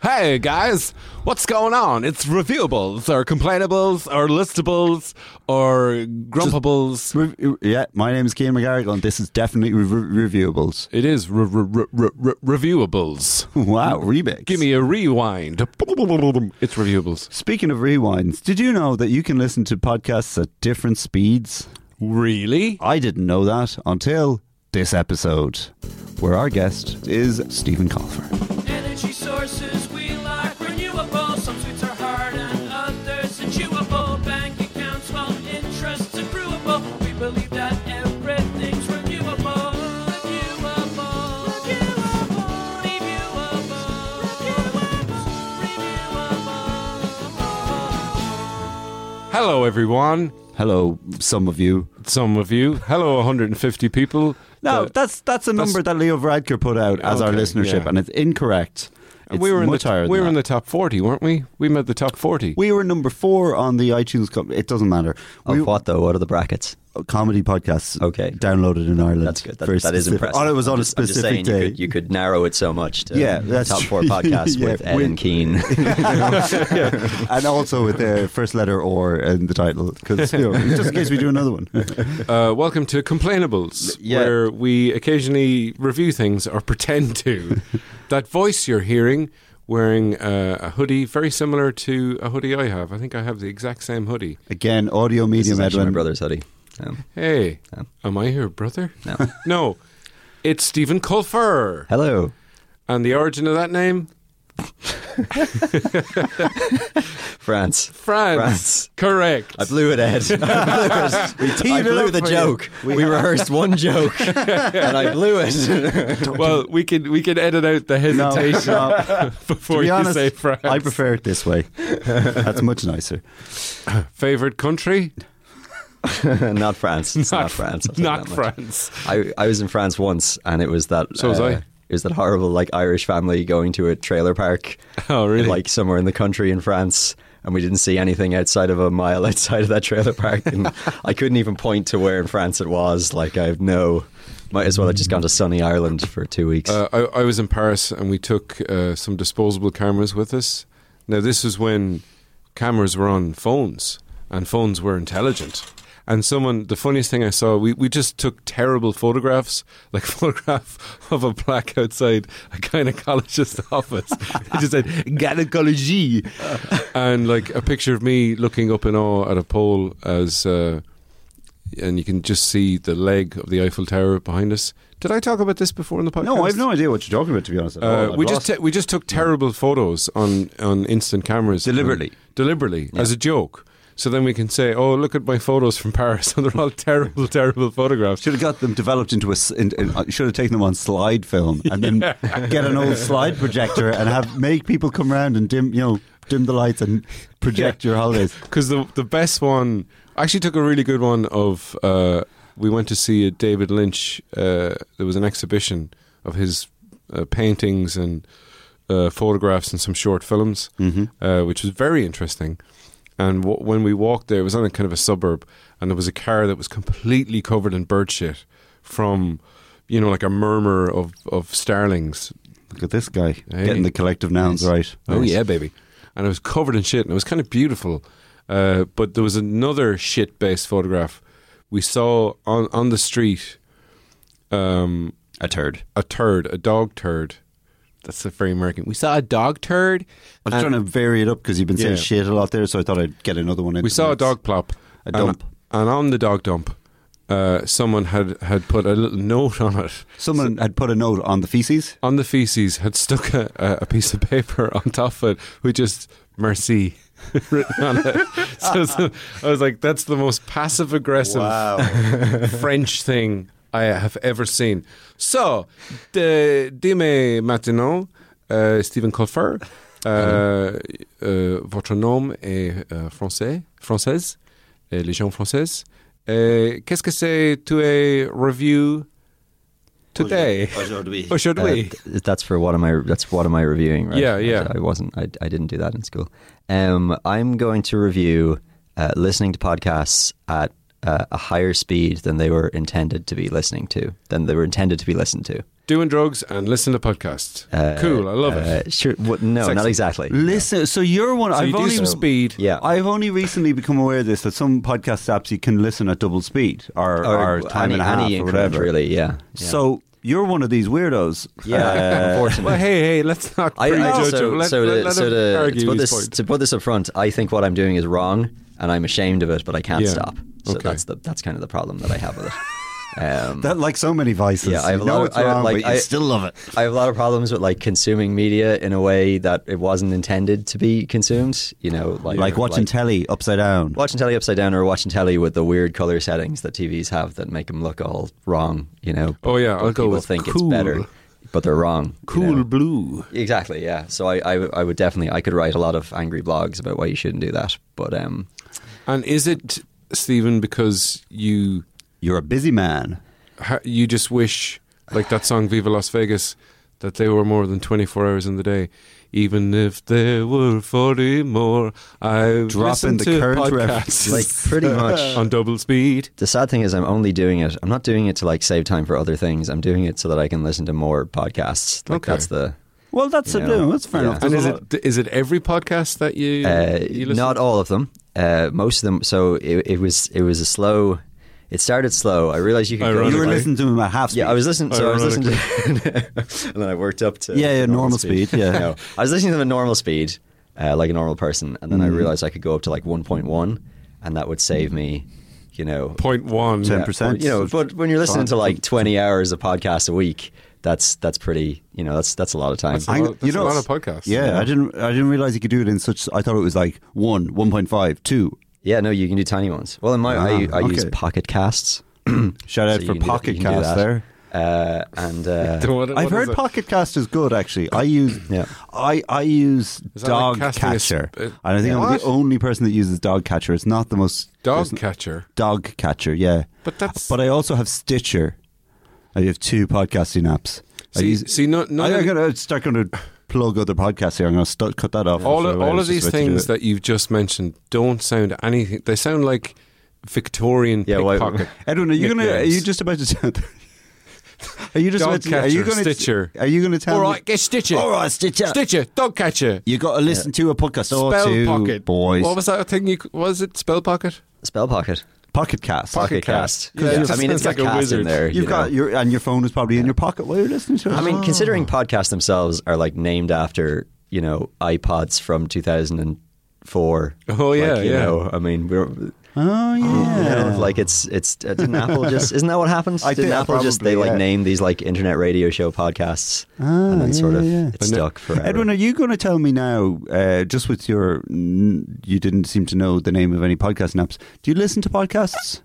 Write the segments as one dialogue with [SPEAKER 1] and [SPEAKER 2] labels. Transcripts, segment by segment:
[SPEAKER 1] Hey guys, what's going on? It's reviewables or complainables or listables or grumpables.
[SPEAKER 2] Rev- yeah, my name is Kean McGarrigle, and this is definitely re- re- reviewables.
[SPEAKER 1] It is re- re- re- re- reviewables.
[SPEAKER 2] Wow, remix.
[SPEAKER 1] Give me a rewind. It's reviewables.
[SPEAKER 2] Speaking of rewinds, did you know that you can listen to podcasts at different speeds?
[SPEAKER 1] Really?
[SPEAKER 2] I didn't know that until this episode, where our guest is Stephen Colfer.
[SPEAKER 3] Energy sources we like renewable. Some sweets are hard and others are chewable. Bank accounts, well, interests accruable. We believe that everything's renewable. Renewable. Renewable. Renewable.
[SPEAKER 1] Hello, everyone.
[SPEAKER 2] Hello, some of you.
[SPEAKER 1] Some of you. Hello, 150 people.
[SPEAKER 2] No,
[SPEAKER 1] But
[SPEAKER 2] that's that's a number that Leo Varadkar put out as our
[SPEAKER 1] Okay,
[SPEAKER 2] listenership,
[SPEAKER 1] yeah.
[SPEAKER 2] and it's incorrect. It's
[SPEAKER 1] we were in
[SPEAKER 2] much
[SPEAKER 1] the
[SPEAKER 2] higher
[SPEAKER 1] we
[SPEAKER 2] than
[SPEAKER 1] were in
[SPEAKER 2] that.
[SPEAKER 1] the top 40, weren't we? We made the top 40.
[SPEAKER 2] We were number four on the iTunes. Com- it doesn't matter.
[SPEAKER 4] Of
[SPEAKER 2] We-
[SPEAKER 4] what though? What are the brackets?
[SPEAKER 2] comedy podcasts
[SPEAKER 4] Okay.
[SPEAKER 2] downloaded in Ireland.
[SPEAKER 4] That's good. That,
[SPEAKER 2] Very
[SPEAKER 4] that is
[SPEAKER 2] specific.
[SPEAKER 4] impressive.
[SPEAKER 2] Oh, it was
[SPEAKER 4] I'm
[SPEAKER 2] on
[SPEAKER 4] just-
[SPEAKER 2] a
[SPEAKER 4] I'm just
[SPEAKER 2] specific
[SPEAKER 4] saying
[SPEAKER 2] day.
[SPEAKER 4] You could, you could narrow it so much. To
[SPEAKER 2] Yeah, that's
[SPEAKER 4] top four
[SPEAKER 2] true.
[SPEAKER 4] podcasts
[SPEAKER 2] Yeah,
[SPEAKER 4] with Ed
[SPEAKER 2] we-
[SPEAKER 4] and Keen.
[SPEAKER 2] and also with the first letter or in the title, 'cause, you know, just in case we do another one.
[SPEAKER 1] Uh, welcome to Complainables,
[SPEAKER 4] Yeah.
[SPEAKER 1] where we occasionally review things or pretend to. that voice you're hearing wearing uh, a hoodie very similar to a hoodie I have. I think I have the exact same hoodie.
[SPEAKER 2] Again, audio
[SPEAKER 4] this is
[SPEAKER 2] medium,
[SPEAKER 4] actually my
[SPEAKER 2] Edwin.
[SPEAKER 4] brother's hoodie. Um,
[SPEAKER 1] Hey,
[SPEAKER 4] Oh.
[SPEAKER 1] am I your brother?
[SPEAKER 4] no.
[SPEAKER 1] No, it's Stephen Colfer.
[SPEAKER 4] Hello.
[SPEAKER 1] And the origin of that name?
[SPEAKER 4] France.
[SPEAKER 1] France.
[SPEAKER 4] France.
[SPEAKER 1] Correct.
[SPEAKER 4] I blew it, Ed. I blew, it. I
[SPEAKER 2] teed it
[SPEAKER 4] blew
[SPEAKER 2] up
[SPEAKER 4] the
[SPEAKER 2] for you.
[SPEAKER 4] joke. We, rehearsed one joke, and I blew it.
[SPEAKER 1] well, we can we can edit out the
[SPEAKER 2] No,
[SPEAKER 1] hesitation
[SPEAKER 2] no.
[SPEAKER 1] before
[SPEAKER 2] To be
[SPEAKER 1] you
[SPEAKER 2] honest,
[SPEAKER 1] say France.
[SPEAKER 2] I prefer it this way. That's much nicer.
[SPEAKER 1] favorite country.
[SPEAKER 4] not France. It's not, France. I'll tell you
[SPEAKER 1] Not
[SPEAKER 4] that much.
[SPEAKER 1] France.
[SPEAKER 4] I, I was in France once, and it was that. uh,
[SPEAKER 1] So was I.
[SPEAKER 4] It was that horrible, like Irish family going to a trailer park,
[SPEAKER 1] Oh, really?
[SPEAKER 4] like somewhere in the country in France, and we didn't see anything outside of a mile outside of that trailer park, and I couldn't even point to where in France it was. Like I have no. Might as well have just gone to sunny Ireland for two weeks.
[SPEAKER 1] Uh, I, I was in Paris and we took uh, some disposable cameras with us. Now, this was when cameras were on phones and phones were intelligent. And someone, the funniest thing I saw, we, we just took terrible photographs, like a photograph of a black outside a gynecologist's office. It just said, gynecology. and like a picture of me looking up in awe at a pole as. Uh, and you can just see the leg of the Eiffel Tower behind us. Did I talk about this before in the podcast?
[SPEAKER 2] No, I have no idea what you're talking about, to be honest. at
[SPEAKER 1] Uh,
[SPEAKER 2] all.
[SPEAKER 1] we
[SPEAKER 2] I've
[SPEAKER 1] just
[SPEAKER 2] lost-
[SPEAKER 1] t- we just took terrible photos on on instant cameras
[SPEAKER 2] Deliberately.
[SPEAKER 1] And- deliberately as a joke. So then we can say, "Oh, look at my photos from Paris, and they're all terrible, terrible photographs."
[SPEAKER 2] should have got them developed into a. s- In, in, uh, should have taken them on slide film and then get an old slide projector and have make people come round and dim, you know, dim the lights and project your holidays.
[SPEAKER 1] Because the the best one, I actually took a really good one of. Uh, we went to see a David Lynch. Uh, there was an exhibition of his uh, paintings and uh, photographs and some short films, uh, which was very interesting. And w- when we walked there, it was on a kind of a suburb, and there was a car that was completely covered in bird shit from, you know, like a murmur of of starlings
[SPEAKER 2] Look at this guy
[SPEAKER 1] Hey.
[SPEAKER 2] getting the collective nouns right.
[SPEAKER 1] Oh yeah, baby. And it was covered in shit, and it was kind of beautiful. Uh, but there was another shit-based photograph we saw on on the street. Um,
[SPEAKER 4] a turd.
[SPEAKER 1] a turd, a dog turd. That's a very American. We saw a dog turd.
[SPEAKER 2] I was trying to vary it up because you've been saying
[SPEAKER 1] Yeah.
[SPEAKER 2] shit a lot there, so I thought I'd get another one in.
[SPEAKER 1] We saw a dog plop,
[SPEAKER 2] A dump.
[SPEAKER 1] and, and on the dog dump, uh, someone had had put a little note on it.
[SPEAKER 2] Someone had put a note on the feces.
[SPEAKER 1] On the feces, had stuck a, a, a piece of paper on top of it, with just "Merci" written on it. so, so I was like, "That's the most passive aggressive French thing I have ever seen." So, de, dime maintenant, uh, Stephen Colfer, uh, uh, votre nom est uh, français, française, et les gens françaises. Uh, Qu'est-ce que c'est tu es review today? Aujourd'hui.
[SPEAKER 4] Uh, th- that's for what am I? That's what am I reviewing? Right?
[SPEAKER 1] Yeah, yeah.
[SPEAKER 4] I wasn't. I, I didn't do that in school. Um, I'm going to review uh, listening to podcasts at uh, a higher speed than they were intended to be listening to, than they were intended to be listened to.
[SPEAKER 1] Doing drugs and listen to podcasts. cool. I love it.
[SPEAKER 4] Uh, sure. What, no,
[SPEAKER 1] Sexy.
[SPEAKER 4] not exactly.
[SPEAKER 2] Listen, so you're one.
[SPEAKER 1] So
[SPEAKER 2] I've
[SPEAKER 1] you do
[SPEAKER 2] only
[SPEAKER 1] some speed.
[SPEAKER 4] Yeah.
[SPEAKER 2] I've only recently become aware of this that some podcast apps you can listen at double speed or, or, time
[SPEAKER 4] any,
[SPEAKER 2] and a half
[SPEAKER 4] any
[SPEAKER 2] or
[SPEAKER 4] increment,
[SPEAKER 2] whatever.
[SPEAKER 4] Really, yeah. yeah.
[SPEAKER 2] So uh, you're one of these weirdos.
[SPEAKER 4] yeah, unfortunately.
[SPEAKER 1] Well, hey, hey, let's not
[SPEAKER 4] uh, I, I,
[SPEAKER 1] prejudge
[SPEAKER 4] so,
[SPEAKER 1] him. Let,
[SPEAKER 4] so,
[SPEAKER 1] let-
[SPEAKER 4] to,
[SPEAKER 1] let
[SPEAKER 4] so
[SPEAKER 1] him
[SPEAKER 4] to,
[SPEAKER 1] argue
[SPEAKER 4] to put
[SPEAKER 1] his
[SPEAKER 4] this
[SPEAKER 1] point.
[SPEAKER 4] to put this up front, I think what I'm doing is wrong, and I'm ashamed of it, but I can't
[SPEAKER 1] Yeah.
[SPEAKER 4] stop. So
[SPEAKER 1] Okay.
[SPEAKER 4] that's the that's kind of the problem that I have with it. Um,
[SPEAKER 2] That like so many vices.
[SPEAKER 4] Yeah, I have
[SPEAKER 2] you
[SPEAKER 4] a
[SPEAKER 2] know
[SPEAKER 4] lot of-
[SPEAKER 2] it's
[SPEAKER 4] I have,
[SPEAKER 2] wrong,
[SPEAKER 4] like,
[SPEAKER 2] but you
[SPEAKER 4] I-
[SPEAKER 2] still love it.
[SPEAKER 4] I have a lot of problems with like consuming media in a way that it wasn't intended to be consumed. You know, like
[SPEAKER 2] Like watching telly upside down.
[SPEAKER 4] watching telly upside down or watching telly with the weird color settings that TVs have that make them look all wrong. You know.
[SPEAKER 1] Oh, yeah,
[SPEAKER 4] But
[SPEAKER 1] I'll go
[SPEAKER 4] people
[SPEAKER 1] with
[SPEAKER 4] think
[SPEAKER 1] cool.
[SPEAKER 4] it's better, but they're wrong. you
[SPEAKER 1] Cool
[SPEAKER 4] know.
[SPEAKER 1] blue.
[SPEAKER 4] Exactly. Yeah. So I, I, I would definitely, I could write a lot of angry blogs about why you shouldn't do that. But um,
[SPEAKER 1] And is it Stephen because you
[SPEAKER 2] You're a busy man.
[SPEAKER 1] ha- you just wish like that song Viva Las Vegas that they were more than 24 hours in the day even if there were 40 more I
[SPEAKER 2] Dropping the
[SPEAKER 1] to
[SPEAKER 2] current
[SPEAKER 1] podcasts
[SPEAKER 2] references.
[SPEAKER 4] like pretty much.
[SPEAKER 1] on double speed
[SPEAKER 4] The sad thing is, I'm only doing it. I'm not doing it to like save time for other things. I'm doing it so that I can listen to more podcasts. Like
[SPEAKER 1] Okay.
[SPEAKER 4] that's the.
[SPEAKER 2] Well, that's
[SPEAKER 4] Yeah.
[SPEAKER 2] a no, that's fair
[SPEAKER 4] Yeah.
[SPEAKER 2] enough.
[SPEAKER 1] and
[SPEAKER 2] There's
[SPEAKER 1] is
[SPEAKER 2] a
[SPEAKER 1] it is it every podcast that you,
[SPEAKER 4] Uh,
[SPEAKER 1] you listen
[SPEAKER 4] not all of them. Uh, most of them. So it, it was. It was a slow. It started slow. I realized you
[SPEAKER 2] lot-
[SPEAKER 4] could. go-
[SPEAKER 2] you were
[SPEAKER 1] Ironically.
[SPEAKER 2] listening to him at half speed.
[SPEAKER 4] Yeah, I was listening. So I was listening to, and then I worked up to
[SPEAKER 2] Yeah, yeah, normal speed, yeah.
[SPEAKER 4] No, I was listening to them at normal speed, uh, like a normal person, and then
[SPEAKER 2] Mm-hmm.
[SPEAKER 4] I realized I could go up to like 1.1, and that would save me, you know,
[SPEAKER 1] point 1
[SPEAKER 2] Ten
[SPEAKER 4] yeah,
[SPEAKER 2] percent.
[SPEAKER 4] You know, but when you're listening to like 20 hours of podcasts a week, that's that's pretty. You know, that's that's a lot of time.
[SPEAKER 1] That's a
[SPEAKER 2] I-
[SPEAKER 1] lot-
[SPEAKER 2] you
[SPEAKER 1] that's
[SPEAKER 2] know-
[SPEAKER 1] a lot of podcasts
[SPEAKER 2] Yeah, I didn't. I didn't realize you could do it in such. I thought it was like one, 1.5, two.
[SPEAKER 4] yeah, no, you can do tiny ones. Well, in my I,
[SPEAKER 2] Ah,
[SPEAKER 4] I use
[SPEAKER 2] okay.
[SPEAKER 4] Pocket Casts.
[SPEAKER 2] Shout
[SPEAKER 1] Uh,
[SPEAKER 2] out for
[SPEAKER 4] so you can do that- you
[SPEAKER 2] Pocket
[SPEAKER 4] can do
[SPEAKER 2] Cast
[SPEAKER 4] that.
[SPEAKER 2] there.
[SPEAKER 4] Uh, and
[SPEAKER 1] What-
[SPEAKER 4] uh,
[SPEAKER 1] what
[SPEAKER 2] I've
[SPEAKER 1] is
[SPEAKER 2] heard
[SPEAKER 1] it?
[SPEAKER 2] Pocket Cast is good actually. I use
[SPEAKER 4] Yeah.
[SPEAKER 2] I I use
[SPEAKER 1] that like
[SPEAKER 2] Dog
[SPEAKER 1] casting a
[SPEAKER 2] Catcher,
[SPEAKER 1] sp- uh,
[SPEAKER 2] and I think I'm
[SPEAKER 1] What?
[SPEAKER 2] the only person that uses Dog Catcher. It's not the most
[SPEAKER 1] dog
[SPEAKER 2] person-
[SPEAKER 1] catcher
[SPEAKER 2] Dog Catcher, yeah.
[SPEAKER 1] but that's
[SPEAKER 2] But I also have Stitcher. I have two podcasting apps. I
[SPEAKER 1] see,
[SPEAKER 2] use,
[SPEAKER 1] see no, none
[SPEAKER 2] I,
[SPEAKER 1] of-
[SPEAKER 2] I'm gonna start going to plug other podcasts here. I'm gonna stu- cut that off.
[SPEAKER 1] all
[SPEAKER 2] So
[SPEAKER 1] of,
[SPEAKER 2] I
[SPEAKER 1] all
[SPEAKER 2] was
[SPEAKER 1] of these
[SPEAKER 2] just about to do
[SPEAKER 1] things
[SPEAKER 2] it.
[SPEAKER 1] that you've just mentioned don't sound anything. They sound like Victorian
[SPEAKER 4] Yeah, why-
[SPEAKER 1] pickpocket.
[SPEAKER 2] Edwin, are you gonna? Are
[SPEAKER 1] nicknames.
[SPEAKER 2] you just about to? are you just
[SPEAKER 1] Dog
[SPEAKER 2] about to? Are you
[SPEAKER 1] catcher,
[SPEAKER 2] gonna?
[SPEAKER 1] Stitcher.
[SPEAKER 2] Are you gonna tell?
[SPEAKER 1] all
[SPEAKER 2] me-
[SPEAKER 1] right, get Stitcher.
[SPEAKER 2] All right, Stitcher.
[SPEAKER 1] Stitcher, dog catcher.
[SPEAKER 2] You got to listen to a podcast or
[SPEAKER 1] spell
[SPEAKER 2] two,
[SPEAKER 1] pocket,
[SPEAKER 2] boys.
[SPEAKER 1] What was that thing? You was it spell pocket?
[SPEAKER 4] Spell Pocket.
[SPEAKER 2] Pocket cast.
[SPEAKER 1] Pocket Cast. Yeah, it
[SPEAKER 4] I
[SPEAKER 1] just
[SPEAKER 4] mean, it's
[SPEAKER 1] sounds
[SPEAKER 4] got
[SPEAKER 1] like a
[SPEAKER 4] cast in
[SPEAKER 1] wizard.
[SPEAKER 4] there.
[SPEAKER 2] You've
[SPEAKER 4] you know.
[SPEAKER 2] got your and your phone is probably in your pocket while you're listening to it.
[SPEAKER 4] I mean, considering podcasts themselves are like named after you know iPods from 2004.
[SPEAKER 1] Oh, yeah,
[SPEAKER 4] like, you
[SPEAKER 1] yeah.
[SPEAKER 4] know, I mean, we're you
[SPEAKER 2] oh yeah,
[SPEAKER 4] know, like it's it's uh, didn't Apple just isn't that what happened?
[SPEAKER 2] I
[SPEAKER 4] didn't
[SPEAKER 2] think-
[SPEAKER 4] Apple just they
[SPEAKER 2] probably,
[SPEAKER 4] like
[SPEAKER 2] yeah. Ah,
[SPEAKER 4] name these like internet radio show podcasts and then
[SPEAKER 2] yeah,
[SPEAKER 4] sort of
[SPEAKER 2] yeah, yeah.
[SPEAKER 4] it's
[SPEAKER 1] And
[SPEAKER 4] stuck forever.
[SPEAKER 2] Edwin, are you going to tell me now? Uh, just with your, n- you didn't seem to know the name of any podcast apps. Do you listen to podcasts?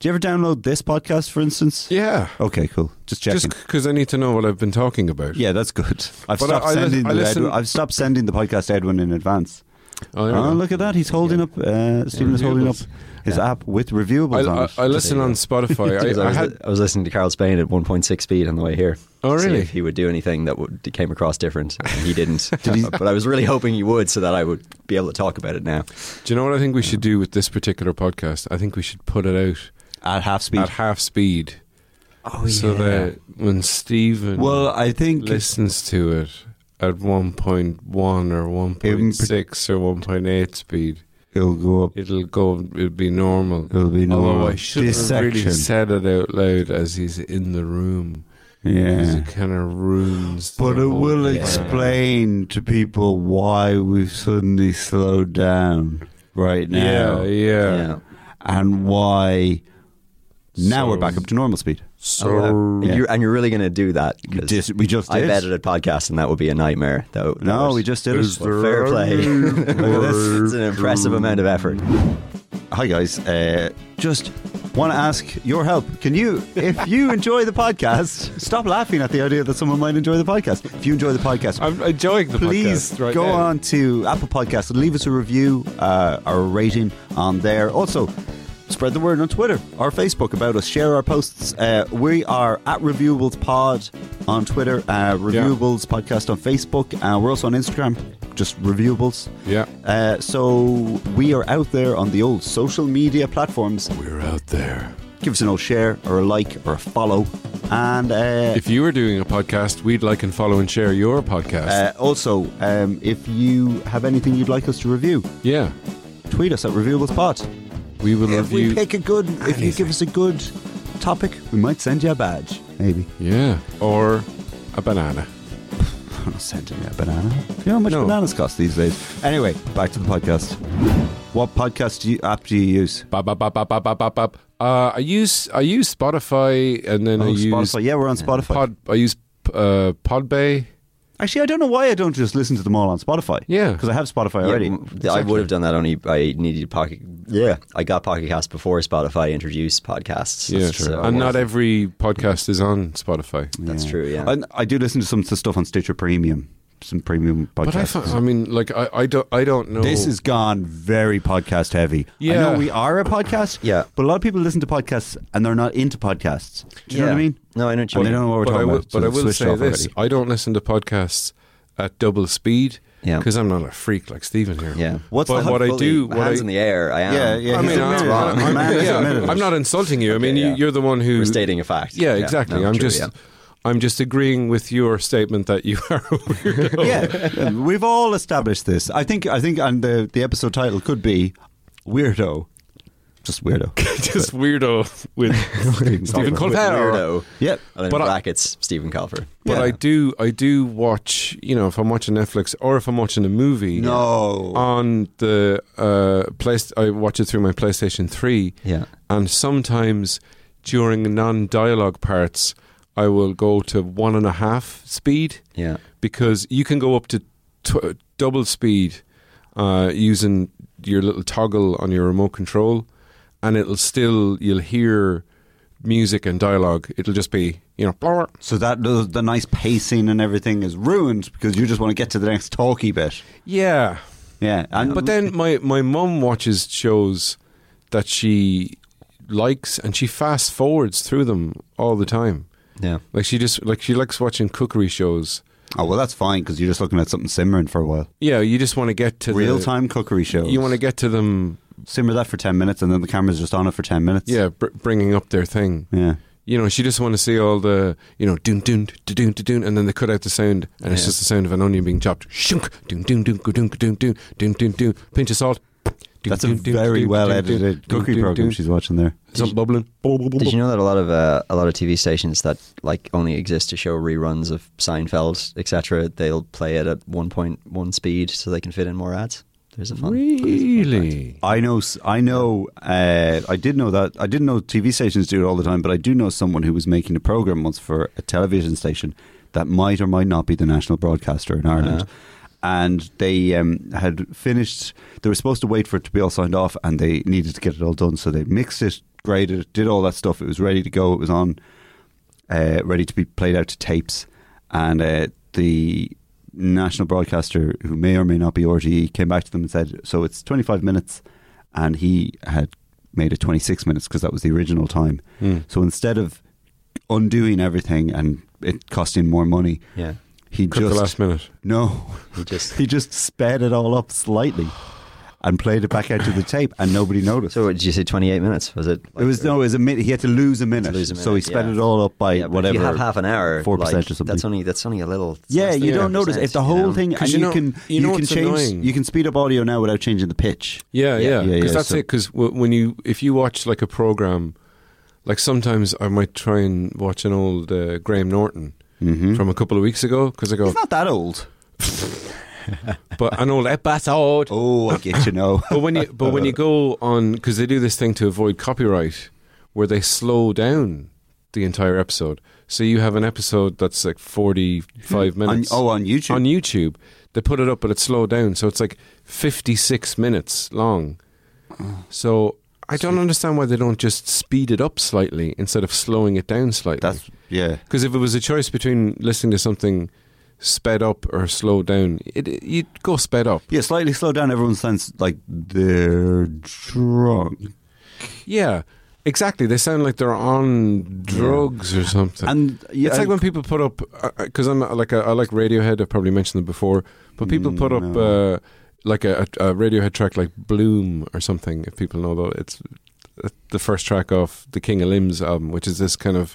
[SPEAKER 2] Do you ever download this podcast, for instance?
[SPEAKER 1] Yeah,
[SPEAKER 2] Okay, cool. Just checking.
[SPEAKER 1] just because I need to know what I've been talking about.
[SPEAKER 2] yeah, that's good. I've
[SPEAKER 1] But
[SPEAKER 2] stopped
[SPEAKER 1] I- I li-
[SPEAKER 2] sending.
[SPEAKER 1] I
[SPEAKER 2] the
[SPEAKER 1] listen-
[SPEAKER 2] Edwin, I've stopped sending the podcast to Edwin in advance.
[SPEAKER 1] Oh, there we
[SPEAKER 2] Oh,
[SPEAKER 1] go.
[SPEAKER 2] look at that! He's holding up. Uh, Stephen is holding up
[SPEAKER 1] Reviewables.
[SPEAKER 2] his app with reviewables on
[SPEAKER 1] I, I,
[SPEAKER 2] it.
[SPEAKER 1] I listen on Spotify.
[SPEAKER 4] 'Cause
[SPEAKER 1] I,
[SPEAKER 4] I,
[SPEAKER 1] I
[SPEAKER 4] was,
[SPEAKER 1] had
[SPEAKER 4] I was listening to Carl Spain at 1.6 speed on the way here.
[SPEAKER 1] Oh,
[SPEAKER 4] to see
[SPEAKER 1] really?
[SPEAKER 4] if he would do anything that would, came across different. And he didn't. but I was really hoping he would, so that I would be able to talk about it now.
[SPEAKER 1] Do you know what I think we should do with this particular podcast? I think we should put it out
[SPEAKER 2] at half speed.
[SPEAKER 1] at half speed.
[SPEAKER 2] oh
[SPEAKER 1] So that when Stephen
[SPEAKER 2] well, I think
[SPEAKER 1] listens to it at 1.1 or 1.6 or 1.8 speed,
[SPEAKER 2] it'll go up.
[SPEAKER 1] it'll go, it'll be normal.
[SPEAKER 2] It'll be normal.
[SPEAKER 1] Although Oh, I should have
[SPEAKER 2] This
[SPEAKER 1] really
[SPEAKER 2] section.
[SPEAKER 1] said it out loud as he's in the room. 'cause
[SPEAKER 2] Yeah.
[SPEAKER 1] It kind of ruins.
[SPEAKER 2] But
[SPEAKER 1] the
[SPEAKER 2] it
[SPEAKER 1] whole
[SPEAKER 2] will
[SPEAKER 1] thing.
[SPEAKER 2] explain to people why we've suddenly slowed down right
[SPEAKER 1] Yeah,
[SPEAKER 2] now
[SPEAKER 1] yeah.
[SPEAKER 4] Yeah.
[SPEAKER 2] and why now
[SPEAKER 1] So-
[SPEAKER 2] we're back up to normal speed.
[SPEAKER 1] So
[SPEAKER 4] Oh, yeah.
[SPEAKER 2] Yeah.
[SPEAKER 4] You're, and you're really going to do that? 'Cause
[SPEAKER 2] Dis- we just
[SPEAKER 4] I've
[SPEAKER 2] did.
[SPEAKER 4] edited podcasts, and that would be a nightmare. Though.
[SPEAKER 2] No, we just did it.
[SPEAKER 4] fair play. Look at this. It's an impressive amount of effort.
[SPEAKER 2] Hi guys, uh, just want to ask your help. Can you, if you enjoy the podcast, stop laughing at the idea that someone might enjoy the podcast. If you enjoy the podcast,
[SPEAKER 1] I'm enjoying the
[SPEAKER 2] please
[SPEAKER 1] podcast right
[SPEAKER 2] go
[SPEAKER 1] now.
[SPEAKER 2] on to Apple Podcasts and leave us a review uh, or a rating on there. Also, spread the word on Twitter or Facebook about us. Share our posts. Uh, we are at Reviewables Pod on Twitter, uh, Reviewables Podcast on Facebook. Uh, we're also on Instagram, just Reviewables.
[SPEAKER 1] Yeah.
[SPEAKER 2] Uh, so we are out there on the old social media platforms.
[SPEAKER 1] We're out there.
[SPEAKER 2] Give us an old share or a like or a follow. And uh,
[SPEAKER 1] If you were doing a podcast, we'd like and follow and share your podcast.
[SPEAKER 2] uh, also, um, if you have anything you'd like us to review,
[SPEAKER 1] yeah.
[SPEAKER 2] tweet us at Reviewables Pod.
[SPEAKER 1] We will
[SPEAKER 2] If
[SPEAKER 1] review.
[SPEAKER 2] we pick a good, if you give us a good topic, we might send you a badge. Maybe.
[SPEAKER 1] yeah. Or a banana.
[SPEAKER 2] I'm not sending you a banana. You know how much
[SPEAKER 1] No.
[SPEAKER 2] bananas cost these days. Anyway, back to the podcast. What podcast do you, app do you use?
[SPEAKER 1] Bop, bop, bop, bop, bop, bop, bop, bop. Uh, I use I use Spotify and then I
[SPEAKER 2] Oh,
[SPEAKER 1] use
[SPEAKER 2] Spotify. Yeah, we're on Spotify.
[SPEAKER 1] Pod. I use uh, Podbay.
[SPEAKER 2] Actually, I don't know why I don't just listen to them all on Spotify.
[SPEAKER 1] Yeah.
[SPEAKER 2] because I have Spotify
[SPEAKER 4] Yeah,
[SPEAKER 2] already.
[SPEAKER 4] m- I would have done that only I needed pocket. Yeah, I got Pocket Cast before Spotify introduced podcasts.
[SPEAKER 1] Yeah,
[SPEAKER 4] so-
[SPEAKER 1] and not every podcast is on Spotify.
[SPEAKER 4] That's true. Yeah,
[SPEAKER 2] And I, do listen to some stuff on Stitcher Premium, some premium podcasts.
[SPEAKER 1] But I, fi- I mean, like, I, I don't, I don't know.
[SPEAKER 2] This has gone very podcast heavy. I
[SPEAKER 1] Yeah.
[SPEAKER 2] know we are a podcast,
[SPEAKER 4] Yeah.
[SPEAKER 2] but a lot of people listen to podcasts and they're not into podcasts. Do you know
[SPEAKER 4] Yeah.
[SPEAKER 2] what I mean?
[SPEAKER 4] No, I know what you
[SPEAKER 2] And they
[SPEAKER 4] mean.
[SPEAKER 2] don't know what we're
[SPEAKER 1] but I
[SPEAKER 2] talking
[SPEAKER 1] will,
[SPEAKER 2] about.
[SPEAKER 1] but
[SPEAKER 2] so
[SPEAKER 1] I
[SPEAKER 2] they've
[SPEAKER 1] will
[SPEAKER 2] switched
[SPEAKER 1] say
[SPEAKER 2] off
[SPEAKER 1] this:
[SPEAKER 2] already.
[SPEAKER 1] I don't listen to podcasts at double speed.
[SPEAKER 4] Yeah.
[SPEAKER 1] because I'm not a freak like Stephen here.
[SPEAKER 4] yeah.
[SPEAKER 2] What's
[SPEAKER 1] but
[SPEAKER 2] the
[SPEAKER 1] what I
[SPEAKER 2] hot-
[SPEAKER 1] do,
[SPEAKER 4] My
[SPEAKER 1] what
[SPEAKER 4] hands
[SPEAKER 1] I,
[SPEAKER 4] in the air. I am.
[SPEAKER 2] Yeah, yeah,
[SPEAKER 1] I
[SPEAKER 2] he's
[SPEAKER 1] mean,
[SPEAKER 2] admitted
[SPEAKER 1] I'm,
[SPEAKER 2] it's
[SPEAKER 1] I'm-
[SPEAKER 2] wrong. Man, he's admitted
[SPEAKER 1] yeah,
[SPEAKER 2] it.
[SPEAKER 1] I'm not insulting you. I mean,
[SPEAKER 4] yeah.
[SPEAKER 1] you, you're the one who
[SPEAKER 4] We're stating a fact.
[SPEAKER 1] Yeah, exactly.
[SPEAKER 4] no,
[SPEAKER 1] I'm
[SPEAKER 4] true,
[SPEAKER 1] just,
[SPEAKER 4] yeah.
[SPEAKER 1] I'm just agreeing with your statement that you are a weirdo.
[SPEAKER 2] yeah, we've all established this. I think. I think, and the the episode title could be "Weirdo," just weirdo.
[SPEAKER 1] just weirdo with Stephen Colfer.
[SPEAKER 2] Colfer.
[SPEAKER 4] weirdo.
[SPEAKER 2] Yep.
[SPEAKER 4] And in
[SPEAKER 1] But I-
[SPEAKER 4] brackets, Stephen Colfer.
[SPEAKER 1] But
[SPEAKER 2] Yeah.
[SPEAKER 1] I do, I do watch. You know, if I'm watching Netflix or if I'm watching a movie,
[SPEAKER 2] No.
[SPEAKER 1] on the uh, place. I watch it through my PlayStation Three.
[SPEAKER 4] Yeah.
[SPEAKER 1] and sometimes during non-dialogue parts, I will go to one and a half speed.
[SPEAKER 4] Yeah.
[SPEAKER 1] because you can go up to tw- double speed uh, using your little toggle on your remote control, and it'll still you'll hear music and dialogue. It'll just be you know. Blah, blah.
[SPEAKER 2] So that the, the nice pacing and everything is ruined because you just want to get to the next talky bit.
[SPEAKER 1] Yeah,
[SPEAKER 2] Yeah, and
[SPEAKER 1] But then my my mum watches shows that she likes, and she fast forwards through them all the time.
[SPEAKER 4] Yeah.
[SPEAKER 1] Like she just like she likes watching cookery shows.
[SPEAKER 2] oh well, that's fine because you're just looking at something simmering for a while.
[SPEAKER 1] Yeah, you just want to get to the-
[SPEAKER 2] Real time cookery shows.
[SPEAKER 1] You want to get to them.
[SPEAKER 2] simmer that for ten minutes, and then the camera's just on it for ten minutes.
[SPEAKER 1] Yeah, br- bringing up their thing.
[SPEAKER 2] yeah.
[SPEAKER 1] You know, she just want to see all the you know doon doon doon doon doon, and then they cut out the sound, and it's
[SPEAKER 4] Yeah.
[SPEAKER 1] just the sound of an onion being chopped. Shunk doon doon doon doon doon doon doon doon doon. Pinch of salt. Doon,
[SPEAKER 2] That's a
[SPEAKER 1] doon, doon,
[SPEAKER 2] very
[SPEAKER 1] doon,
[SPEAKER 2] well
[SPEAKER 1] doon,
[SPEAKER 2] edited
[SPEAKER 1] doon,
[SPEAKER 2] cookery
[SPEAKER 1] doon,
[SPEAKER 2] program
[SPEAKER 1] doon.
[SPEAKER 2] she's watching there.
[SPEAKER 1] Something bubbling.
[SPEAKER 4] Did you know that a lot of uh, a lot of TV stations that like only exist to show reruns of Seinfeld, etc., they'll play it at 1.1 speed so they can fit in more ads. There's a fun.
[SPEAKER 1] Really?
[SPEAKER 2] I know, s- I know, uh, I did know that. I didn't know TV stations do it all the time, but I do know someone who was making a program once for a television station that might or might not be the national broadcaster in Ireland. And they um, had finished, they were supposed to wait for it to be all signed off, and they needed to get it all done. So they mixed it, graded it, did all that stuff. It was ready to go, it was on uh, ready to be played out to tapes. And uh, the national broadcaster, who may or may not be RTE, came back to them and said, "So it's 25 minutes," and he had made it 26 minutes because that was the original time. So instead of undoing everything and it costing more money,
[SPEAKER 4] Yeah.
[SPEAKER 2] he
[SPEAKER 1] Cut the
[SPEAKER 2] just
[SPEAKER 1] last minute.
[SPEAKER 2] no,
[SPEAKER 4] He just-
[SPEAKER 2] he just sped it all up slightly and played it back out to the tape, and nobody noticed.
[SPEAKER 4] So what, did you say 28 minutes? Was it?
[SPEAKER 2] it was no, it was a minute. He had to lose a minute,
[SPEAKER 4] lose a
[SPEAKER 2] so he
[SPEAKER 4] minute,
[SPEAKER 2] sped
[SPEAKER 4] yeah.
[SPEAKER 2] it all up by
[SPEAKER 4] Yeah, but if
[SPEAKER 2] whatever.
[SPEAKER 4] you have half an hour.
[SPEAKER 2] four
[SPEAKER 4] like,
[SPEAKER 2] percent or something.
[SPEAKER 4] That's only that's only a little. it's
[SPEAKER 2] Yeah,
[SPEAKER 4] less than
[SPEAKER 2] you don't
[SPEAKER 4] 10%,
[SPEAKER 2] notice if the
[SPEAKER 4] you
[SPEAKER 2] whole
[SPEAKER 4] know?
[SPEAKER 2] thing,
[SPEAKER 1] 'Cause
[SPEAKER 2] and
[SPEAKER 1] you
[SPEAKER 2] you,
[SPEAKER 1] know-
[SPEAKER 2] can
[SPEAKER 1] you
[SPEAKER 2] you,
[SPEAKER 1] know
[SPEAKER 2] can
[SPEAKER 1] what's
[SPEAKER 2] change
[SPEAKER 1] annoying?
[SPEAKER 2] you can speed up audio now without changing the pitch.
[SPEAKER 1] Yeah, yeah. Because
[SPEAKER 2] yeah, yeah,
[SPEAKER 1] that's
[SPEAKER 2] so-
[SPEAKER 1] it. Because w- when you, if you watch like a program, like sometimes I might try and watch an old uh, Graham Norton from a couple of weeks ago because I go,
[SPEAKER 2] Mm-hmm. It's not that old.
[SPEAKER 1] but an old episode.
[SPEAKER 2] Oh, I get you know.
[SPEAKER 1] But when you, but when you go on, because they do this thing to avoid copyright, where they slow down the entire episode. So you have an episode that's like forty-five
[SPEAKER 2] on,
[SPEAKER 1] minutes.
[SPEAKER 2] oh, on YouTube.
[SPEAKER 1] on YouTube. They put it up, but it's slowed down, so it's like fifty-six minutes long.
[SPEAKER 2] Oh.
[SPEAKER 1] So I don't understand why they don't just speed it up slightly instead of slowing it down slightly.
[SPEAKER 2] That's yeah.
[SPEAKER 1] Because if it was a choice between listening to something sped up or slowed down, it, it- you'd go sped up.
[SPEAKER 2] Yeah, slightly slow down. Everyone sounds like they're drunk.
[SPEAKER 1] Yeah, exactly. They sound like they're on drugs or something.
[SPEAKER 2] And yeah,
[SPEAKER 1] it's like
[SPEAKER 2] I-
[SPEAKER 1] when people put up because I'm uh, like uh, I like Radiohead. I've probably mentioned them before, but people put up
[SPEAKER 2] Mm, no.
[SPEAKER 1] uh, like a, a a Radiohead track like Bloom or something. If people know though, it's uh, the first track off the King of Limbs album, which is this kind of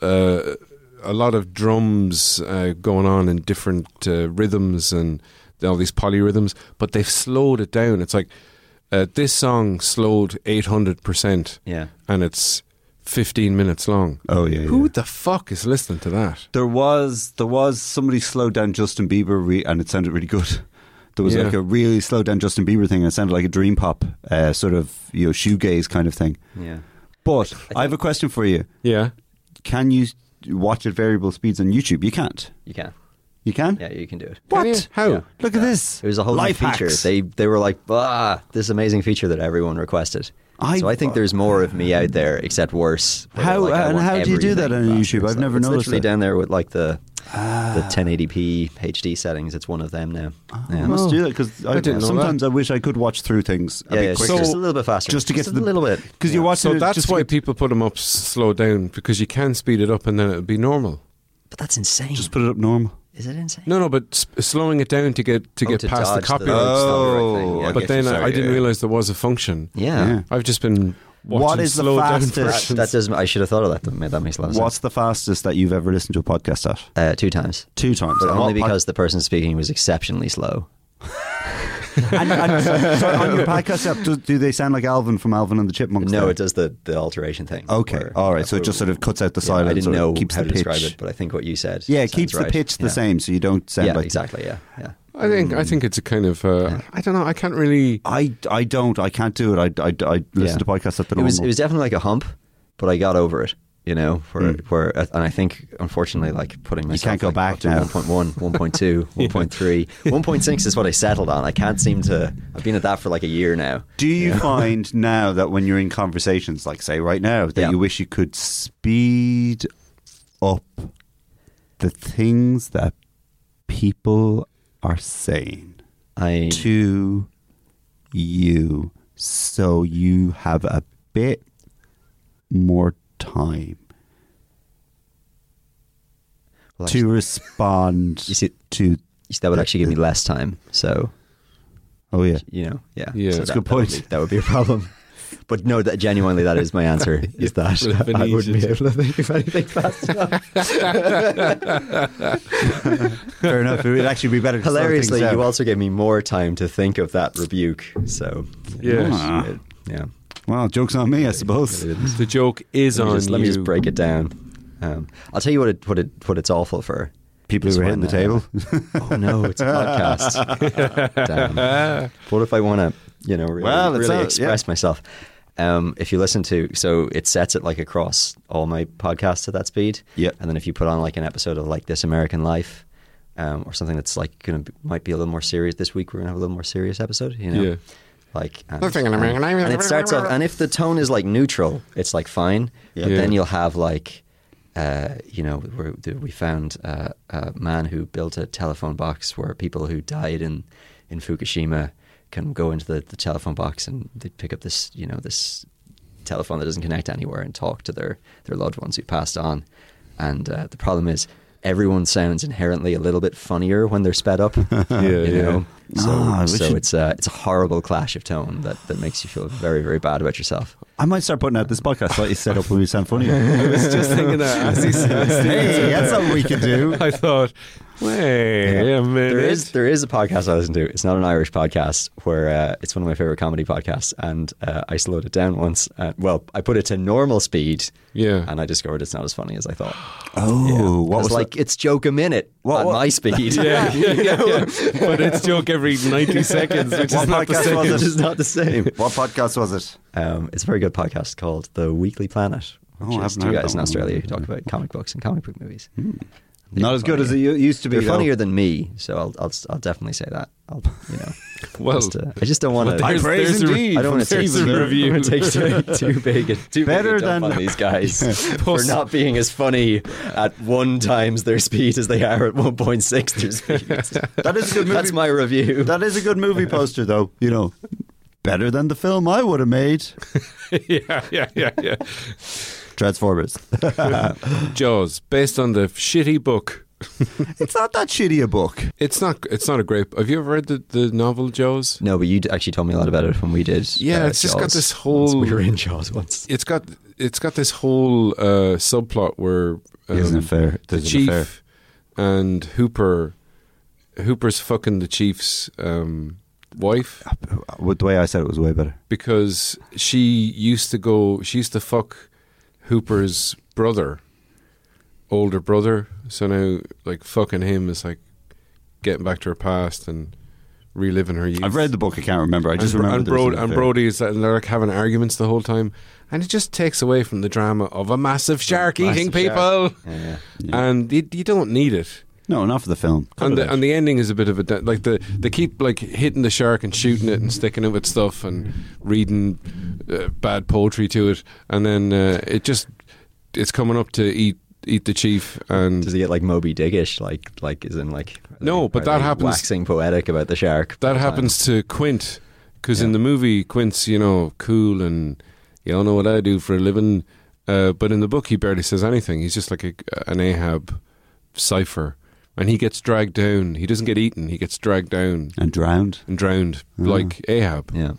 [SPEAKER 1] uh, a lot of drums uh, going on in different uh, rhythms and all these polyrhythms, but they've slowed it down. It's like uh, this song slowed eight hundred percent,
[SPEAKER 4] Yeah.
[SPEAKER 1] and it's fifteen minutes long.
[SPEAKER 2] oh yeah, yeah.
[SPEAKER 1] Who the fuck is listening to that?
[SPEAKER 2] There was there was somebody slowed down Justin Bieber re- and it sounded really good. There was
[SPEAKER 1] Yeah.
[SPEAKER 2] like a really slowed down Justin Bieber thing and it sounded like a dream pop, uh, sort of you know shoegaze kind of thing.
[SPEAKER 4] Yeah.
[SPEAKER 2] But I, have a question for you:
[SPEAKER 1] Yeah.
[SPEAKER 2] Can you watch at variable speeds on YouTube? You can't.
[SPEAKER 4] You can.
[SPEAKER 2] You can.
[SPEAKER 4] Yeah, you can do it.
[SPEAKER 1] Can you?
[SPEAKER 2] What?
[SPEAKER 1] How?
[SPEAKER 4] Yeah.
[SPEAKER 2] Look at this.
[SPEAKER 4] It was a whole
[SPEAKER 2] Life
[SPEAKER 4] new feature.
[SPEAKER 2] hacks.
[SPEAKER 4] They they were like, ah, this amazing feature that everyone requested.
[SPEAKER 2] I-
[SPEAKER 4] so I think there's more of me out there, except worse. where they're
[SPEAKER 2] How-
[SPEAKER 4] like, I
[SPEAKER 2] and
[SPEAKER 4] want
[SPEAKER 2] how do you do that
[SPEAKER 4] everything
[SPEAKER 2] on
[SPEAKER 4] back.
[SPEAKER 2] YouTube?
[SPEAKER 4] It's
[SPEAKER 2] I've
[SPEAKER 4] like-
[SPEAKER 2] never
[SPEAKER 4] it's
[SPEAKER 2] noticed
[SPEAKER 4] Literally
[SPEAKER 2] that. Ah.
[SPEAKER 4] down there with like the the 1080p HD settings. It's one of them now.
[SPEAKER 2] I
[SPEAKER 4] Yeah.
[SPEAKER 2] Ah. must do that because
[SPEAKER 1] I didn't know
[SPEAKER 2] sometimes
[SPEAKER 1] that.
[SPEAKER 2] I wish I could watch through things a
[SPEAKER 4] Yeah,
[SPEAKER 2] bit
[SPEAKER 4] yeah, it's
[SPEAKER 2] quicker.
[SPEAKER 4] just a little bit faster.
[SPEAKER 2] just to get
[SPEAKER 4] Just
[SPEAKER 2] to
[SPEAKER 4] a
[SPEAKER 2] the
[SPEAKER 4] little bit.
[SPEAKER 2] because you're watching.
[SPEAKER 1] So
[SPEAKER 2] it
[SPEAKER 1] that's
[SPEAKER 2] just to
[SPEAKER 1] why
[SPEAKER 2] get-
[SPEAKER 1] people put them up s- slow down because you can speed it up and then it'll be normal.
[SPEAKER 4] But that's insane.
[SPEAKER 2] just put it up normal.
[SPEAKER 4] Is it insane?
[SPEAKER 1] No, no, but s- slowing it down to get to
[SPEAKER 4] Oh,
[SPEAKER 1] get
[SPEAKER 4] to
[SPEAKER 1] past the
[SPEAKER 4] dodge the-
[SPEAKER 1] copyright
[SPEAKER 4] Oh,
[SPEAKER 1] stuff.
[SPEAKER 4] yeah, I
[SPEAKER 1] But then I, I didn't realize there was a function.
[SPEAKER 4] Yeah.
[SPEAKER 2] Yeah.
[SPEAKER 1] I've just been
[SPEAKER 2] What
[SPEAKER 1] watching
[SPEAKER 2] is the
[SPEAKER 1] slow down
[SPEAKER 2] fastest-
[SPEAKER 4] That,
[SPEAKER 1] versions.
[SPEAKER 4] that doesn't. I should have thought of that. That ma- that makes a lot of
[SPEAKER 2] What's the fastest that you've ever listened to a podcast at?
[SPEAKER 4] sense. Uh, two times.
[SPEAKER 2] Two times,
[SPEAKER 4] But
[SPEAKER 2] And
[SPEAKER 4] only
[SPEAKER 2] what pod-
[SPEAKER 4] because the person speaking was exceptionally slow.
[SPEAKER 2] and, and so, so on your podcast app, do, do they sound like Alvin from Alvin and the Chipmunks?
[SPEAKER 4] No,
[SPEAKER 2] then?
[SPEAKER 4] it does the, the alteration thing.
[SPEAKER 2] Okay,
[SPEAKER 4] where-
[SPEAKER 2] all right. So it just sort of cuts out the silence.
[SPEAKER 4] I didn't
[SPEAKER 2] or
[SPEAKER 4] know
[SPEAKER 2] keeps
[SPEAKER 4] how
[SPEAKER 2] the
[SPEAKER 4] to
[SPEAKER 2] pitch.
[SPEAKER 4] describe it, but I think what you said.
[SPEAKER 2] yeah, it
[SPEAKER 4] sounds
[SPEAKER 2] keeps the
[SPEAKER 4] right.
[SPEAKER 2] pitch the
[SPEAKER 4] Yeah.
[SPEAKER 2] same, so you don't sound
[SPEAKER 4] Yeah,
[SPEAKER 2] like
[SPEAKER 4] exactly. Yeah, yeah.
[SPEAKER 1] I think
[SPEAKER 4] Hmm.
[SPEAKER 1] I think it's a kind of uh, I don't know. I can't really.
[SPEAKER 2] I, I don't. I can't do it. I, I, I listen
[SPEAKER 4] Yeah.
[SPEAKER 2] to podcasts at the
[SPEAKER 4] It
[SPEAKER 2] normal.
[SPEAKER 4] was it was definitely like a hump, but I got over it. You know, where where uh, and I think unfortunately, like putting myself
[SPEAKER 2] Mm. can't go
[SPEAKER 4] like,
[SPEAKER 2] back
[SPEAKER 4] up to
[SPEAKER 2] now.
[SPEAKER 4] 1.1, 1.2, 1.3, 1.6 is what I settled on. I can't seem to. I've been at that for like a year now.
[SPEAKER 2] do you find now that when you're in conversations, like say right now, that
[SPEAKER 4] Yeah.
[SPEAKER 2] you wish you could speed up the things that people are saying?
[SPEAKER 4] I
[SPEAKER 2] to you so you have a bit more time
[SPEAKER 4] well,
[SPEAKER 2] to
[SPEAKER 4] actually,
[SPEAKER 2] respond
[SPEAKER 4] You see-
[SPEAKER 2] to
[SPEAKER 4] that would actually give me less time. So
[SPEAKER 2] oh yeah
[SPEAKER 4] you know, yeah,
[SPEAKER 1] Yeah.
[SPEAKER 4] so
[SPEAKER 1] That's
[SPEAKER 2] a good
[SPEAKER 4] that would
[SPEAKER 2] point.
[SPEAKER 4] be- That would, be, a problem. But no, that genuinely that is my answer. Is that
[SPEAKER 1] Would have been
[SPEAKER 4] I wouldn't be
[SPEAKER 1] easier.
[SPEAKER 4] able to think of anything fast enough.
[SPEAKER 2] fair enough it would actually be better to slow things
[SPEAKER 4] Hilariously,
[SPEAKER 2] down.
[SPEAKER 4] you also gave me more time to think of that rebuke. So
[SPEAKER 1] Yeah.
[SPEAKER 2] Ah,
[SPEAKER 4] it- yeah,
[SPEAKER 2] well joke's on me I suppose
[SPEAKER 1] The joke is
[SPEAKER 4] Hmm. let me,
[SPEAKER 1] on.
[SPEAKER 4] just, let me just
[SPEAKER 1] you.
[SPEAKER 4] break it down. Um, I'll tell you what it, what it, what it's awful for.
[SPEAKER 2] people
[SPEAKER 4] is
[SPEAKER 2] who are hitting the
[SPEAKER 4] when,
[SPEAKER 2] table
[SPEAKER 4] uh, oh no, it's a podcast. Damn. What if I want to, you know, really,
[SPEAKER 2] Well, it's
[SPEAKER 4] really
[SPEAKER 2] out,
[SPEAKER 4] express
[SPEAKER 2] yeah.
[SPEAKER 4] myself? Um, if you listen to, so it sets it like across all my podcasts at that speed.
[SPEAKER 2] Yeah.
[SPEAKER 4] And then if you put on like an episode of like This American Life um, or something that's like going to might be a little more serious this week, we're going to have a little more serious episode, you know?
[SPEAKER 1] Yeah.
[SPEAKER 4] Like, and,
[SPEAKER 1] Nothing in American
[SPEAKER 4] and-
[SPEAKER 1] Life.
[SPEAKER 4] and it starts off, and if the tone is like neutral, it's like fine. But
[SPEAKER 1] Yeah.
[SPEAKER 4] then you'll have like, uh, you know, where we found uh, a man who built a telephone box where people who died in, in Fukushima can go into the, the telephone box and they pick up this, you know, this telephone that doesn't connect anywhere and talk to their, their loved ones who passed on. And uh, the problem is everyone sounds inherently a little bit funnier when they're sped up.
[SPEAKER 1] Yeah,
[SPEAKER 4] you
[SPEAKER 1] yeah.
[SPEAKER 4] know? So,
[SPEAKER 2] Ah, we
[SPEAKER 4] so
[SPEAKER 2] should-
[SPEAKER 4] it's a, it's a horrible clash of tone that, that makes you feel very, very bad about yourself.
[SPEAKER 2] I might start putting out this podcast like you set up when we sound funnier
[SPEAKER 1] I was just thinking that. As he said,
[SPEAKER 2] hey that's something we could do
[SPEAKER 1] I thought, wait a minute.
[SPEAKER 4] There is there is a podcast I listen to. It's not an Irish podcast where uh, it's one of my favorite comedy podcasts, and uh, I slowed it down once. Uh, well, I put it to normal speed,
[SPEAKER 1] Yeah.
[SPEAKER 4] and I discovered it's not as funny as I thought.
[SPEAKER 2] oh what
[SPEAKER 4] it's
[SPEAKER 2] was
[SPEAKER 4] like it's joke a minute
[SPEAKER 2] What-
[SPEAKER 4] at
[SPEAKER 2] what-
[SPEAKER 4] my speed.
[SPEAKER 1] Yeah, yeah, yeah, yeah. But it's joke every 90 seconds, which
[SPEAKER 2] What
[SPEAKER 1] is not the
[SPEAKER 2] podcast was
[SPEAKER 1] same.
[SPEAKER 2] it?
[SPEAKER 4] it's just not the same.
[SPEAKER 2] that? what podcast was it
[SPEAKER 4] Um, it's a very good podcast called The Weekly Planet.
[SPEAKER 2] Oh, I
[SPEAKER 4] Which is
[SPEAKER 2] haven't
[SPEAKER 4] two
[SPEAKER 2] heard that one.
[SPEAKER 4] guys in
[SPEAKER 2] Hmm.
[SPEAKER 4] Australia who talk about comic books and comic book movies. They're
[SPEAKER 2] not as good as it
[SPEAKER 4] funnier.
[SPEAKER 2] u- used to be
[SPEAKER 4] They're
[SPEAKER 2] though.
[SPEAKER 4] funnier than me, so I'll, I'll I'll definitely say that. I'll you know,
[SPEAKER 1] Well,
[SPEAKER 4] just, uh, I just don't want to.
[SPEAKER 2] I
[SPEAKER 1] There's-
[SPEAKER 2] praise
[SPEAKER 1] there's a-
[SPEAKER 2] indeed.
[SPEAKER 4] I don't want to take
[SPEAKER 1] There's
[SPEAKER 4] too,
[SPEAKER 1] a review.
[SPEAKER 4] It takes too, too big, a- too
[SPEAKER 2] Better
[SPEAKER 4] better big a dump
[SPEAKER 2] than-
[SPEAKER 4] on these guys for
[SPEAKER 1] Post-
[SPEAKER 4] not being as funny at one times their speed as they are at one point six their speed.
[SPEAKER 2] that is a good movie
[SPEAKER 4] That's my review.
[SPEAKER 2] That is a good movie poster, though. You know, better than the film I would have made.
[SPEAKER 1] yeah, yeah, yeah, yeah.
[SPEAKER 2] Transformers.
[SPEAKER 1] Jaws, based on the shitty book.
[SPEAKER 2] it's not that shitty a book.
[SPEAKER 1] It's not. It's not a great. Have you ever read the, the novel Jaws?
[SPEAKER 4] No, but you d- actually told me a lot about it when we did.
[SPEAKER 1] Yeah,
[SPEAKER 4] uh,
[SPEAKER 1] it's just got
[SPEAKER 4] Jaws
[SPEAKER 1] this whole-
[SPEAKER 4] once. We were in Jaws once.
[SPEAKER 1] It's got. It's got this whole uh, subplot where um,
[SPEAKER 2] Isn't it fair?
[SPEAKER 1] the
[SPEAKER 2] Isn't it
[SPEAKER 1] chief
[SPEAKER 2] fair?
[SPEAKER 1] and Hooper. Hooper's fucking the chief's um, wife
[SPEAKER 2] With the way I said it was way better.
[SPEAKER 1] because she used to go. She used to fuck Hooper's brother, older brother. So now, like fucking him is like getting back to her past and reliving her youth.
[SPEAKER 2] I've read the book. I can't remember. I just
[SPEAKER 1] and, Bro-
[SPEAKER 2] remember.
[SPEAKER 1] and,
[SPEAKER 2] there was
[SPEAKER 1] Brody,
[SPEAKER 2] something
[SPEAKER 1] and
[SPEAKER 2] fair.
[SPEAKER 1] Brody is like, they're like having arguments the whole time, and it just takes away from the drama of a massive shark eating
[SPEAKER 4] Massive
[SPEAKER 1] people,
[SPEAKER 4] shark. Yeah,
[SPEAKER 1] and you, you don't need it.
[SPEAKER 2] No, not for the film. Cut
[SPEAKER 1] And
[SPEAKER 2] it
[SPEAKER 1] the,
[SPEAKER 2] out.
[SPEAKER 1] and the ending is a bit of a da- like the they keep like hitting the shark and shooting it and sticking it with stuff and reading uh, bad poetry to it, and then uh, it just it's coming up to eat eat the chief and
[SPEAKER 4] Does he get like Moby Dickish? Like, like is in like are
[SPEAKER 1] No,
[SPEAKER 4] they-
[SPEAKER 1] but
[SPEAKER 4] are
[SPEAKER 1] that
[SPEAKER 4] they
[SPEAKER 1] happens-
[SPEAKER 4] Waxing poetic about the shark.
[SPEAKER 1] That
[SPEAKER 4] all the time?
[SPEAKER 1] happens to Quint because in the movie Quint's you know cool and you all know what I do for a living, uh, but in the book he barely says anything. He's just like a, an Ahab cipher, and he gets dragged down. He doesn't get eaten. He gets dragged down
[SPEAKER 2] and drowned.
[SPEAKER 1] and drowned
[SPEAKER 4] Mm.
[SPEAKER 1] like Ahab,
[SPEAKER 4] Yeah.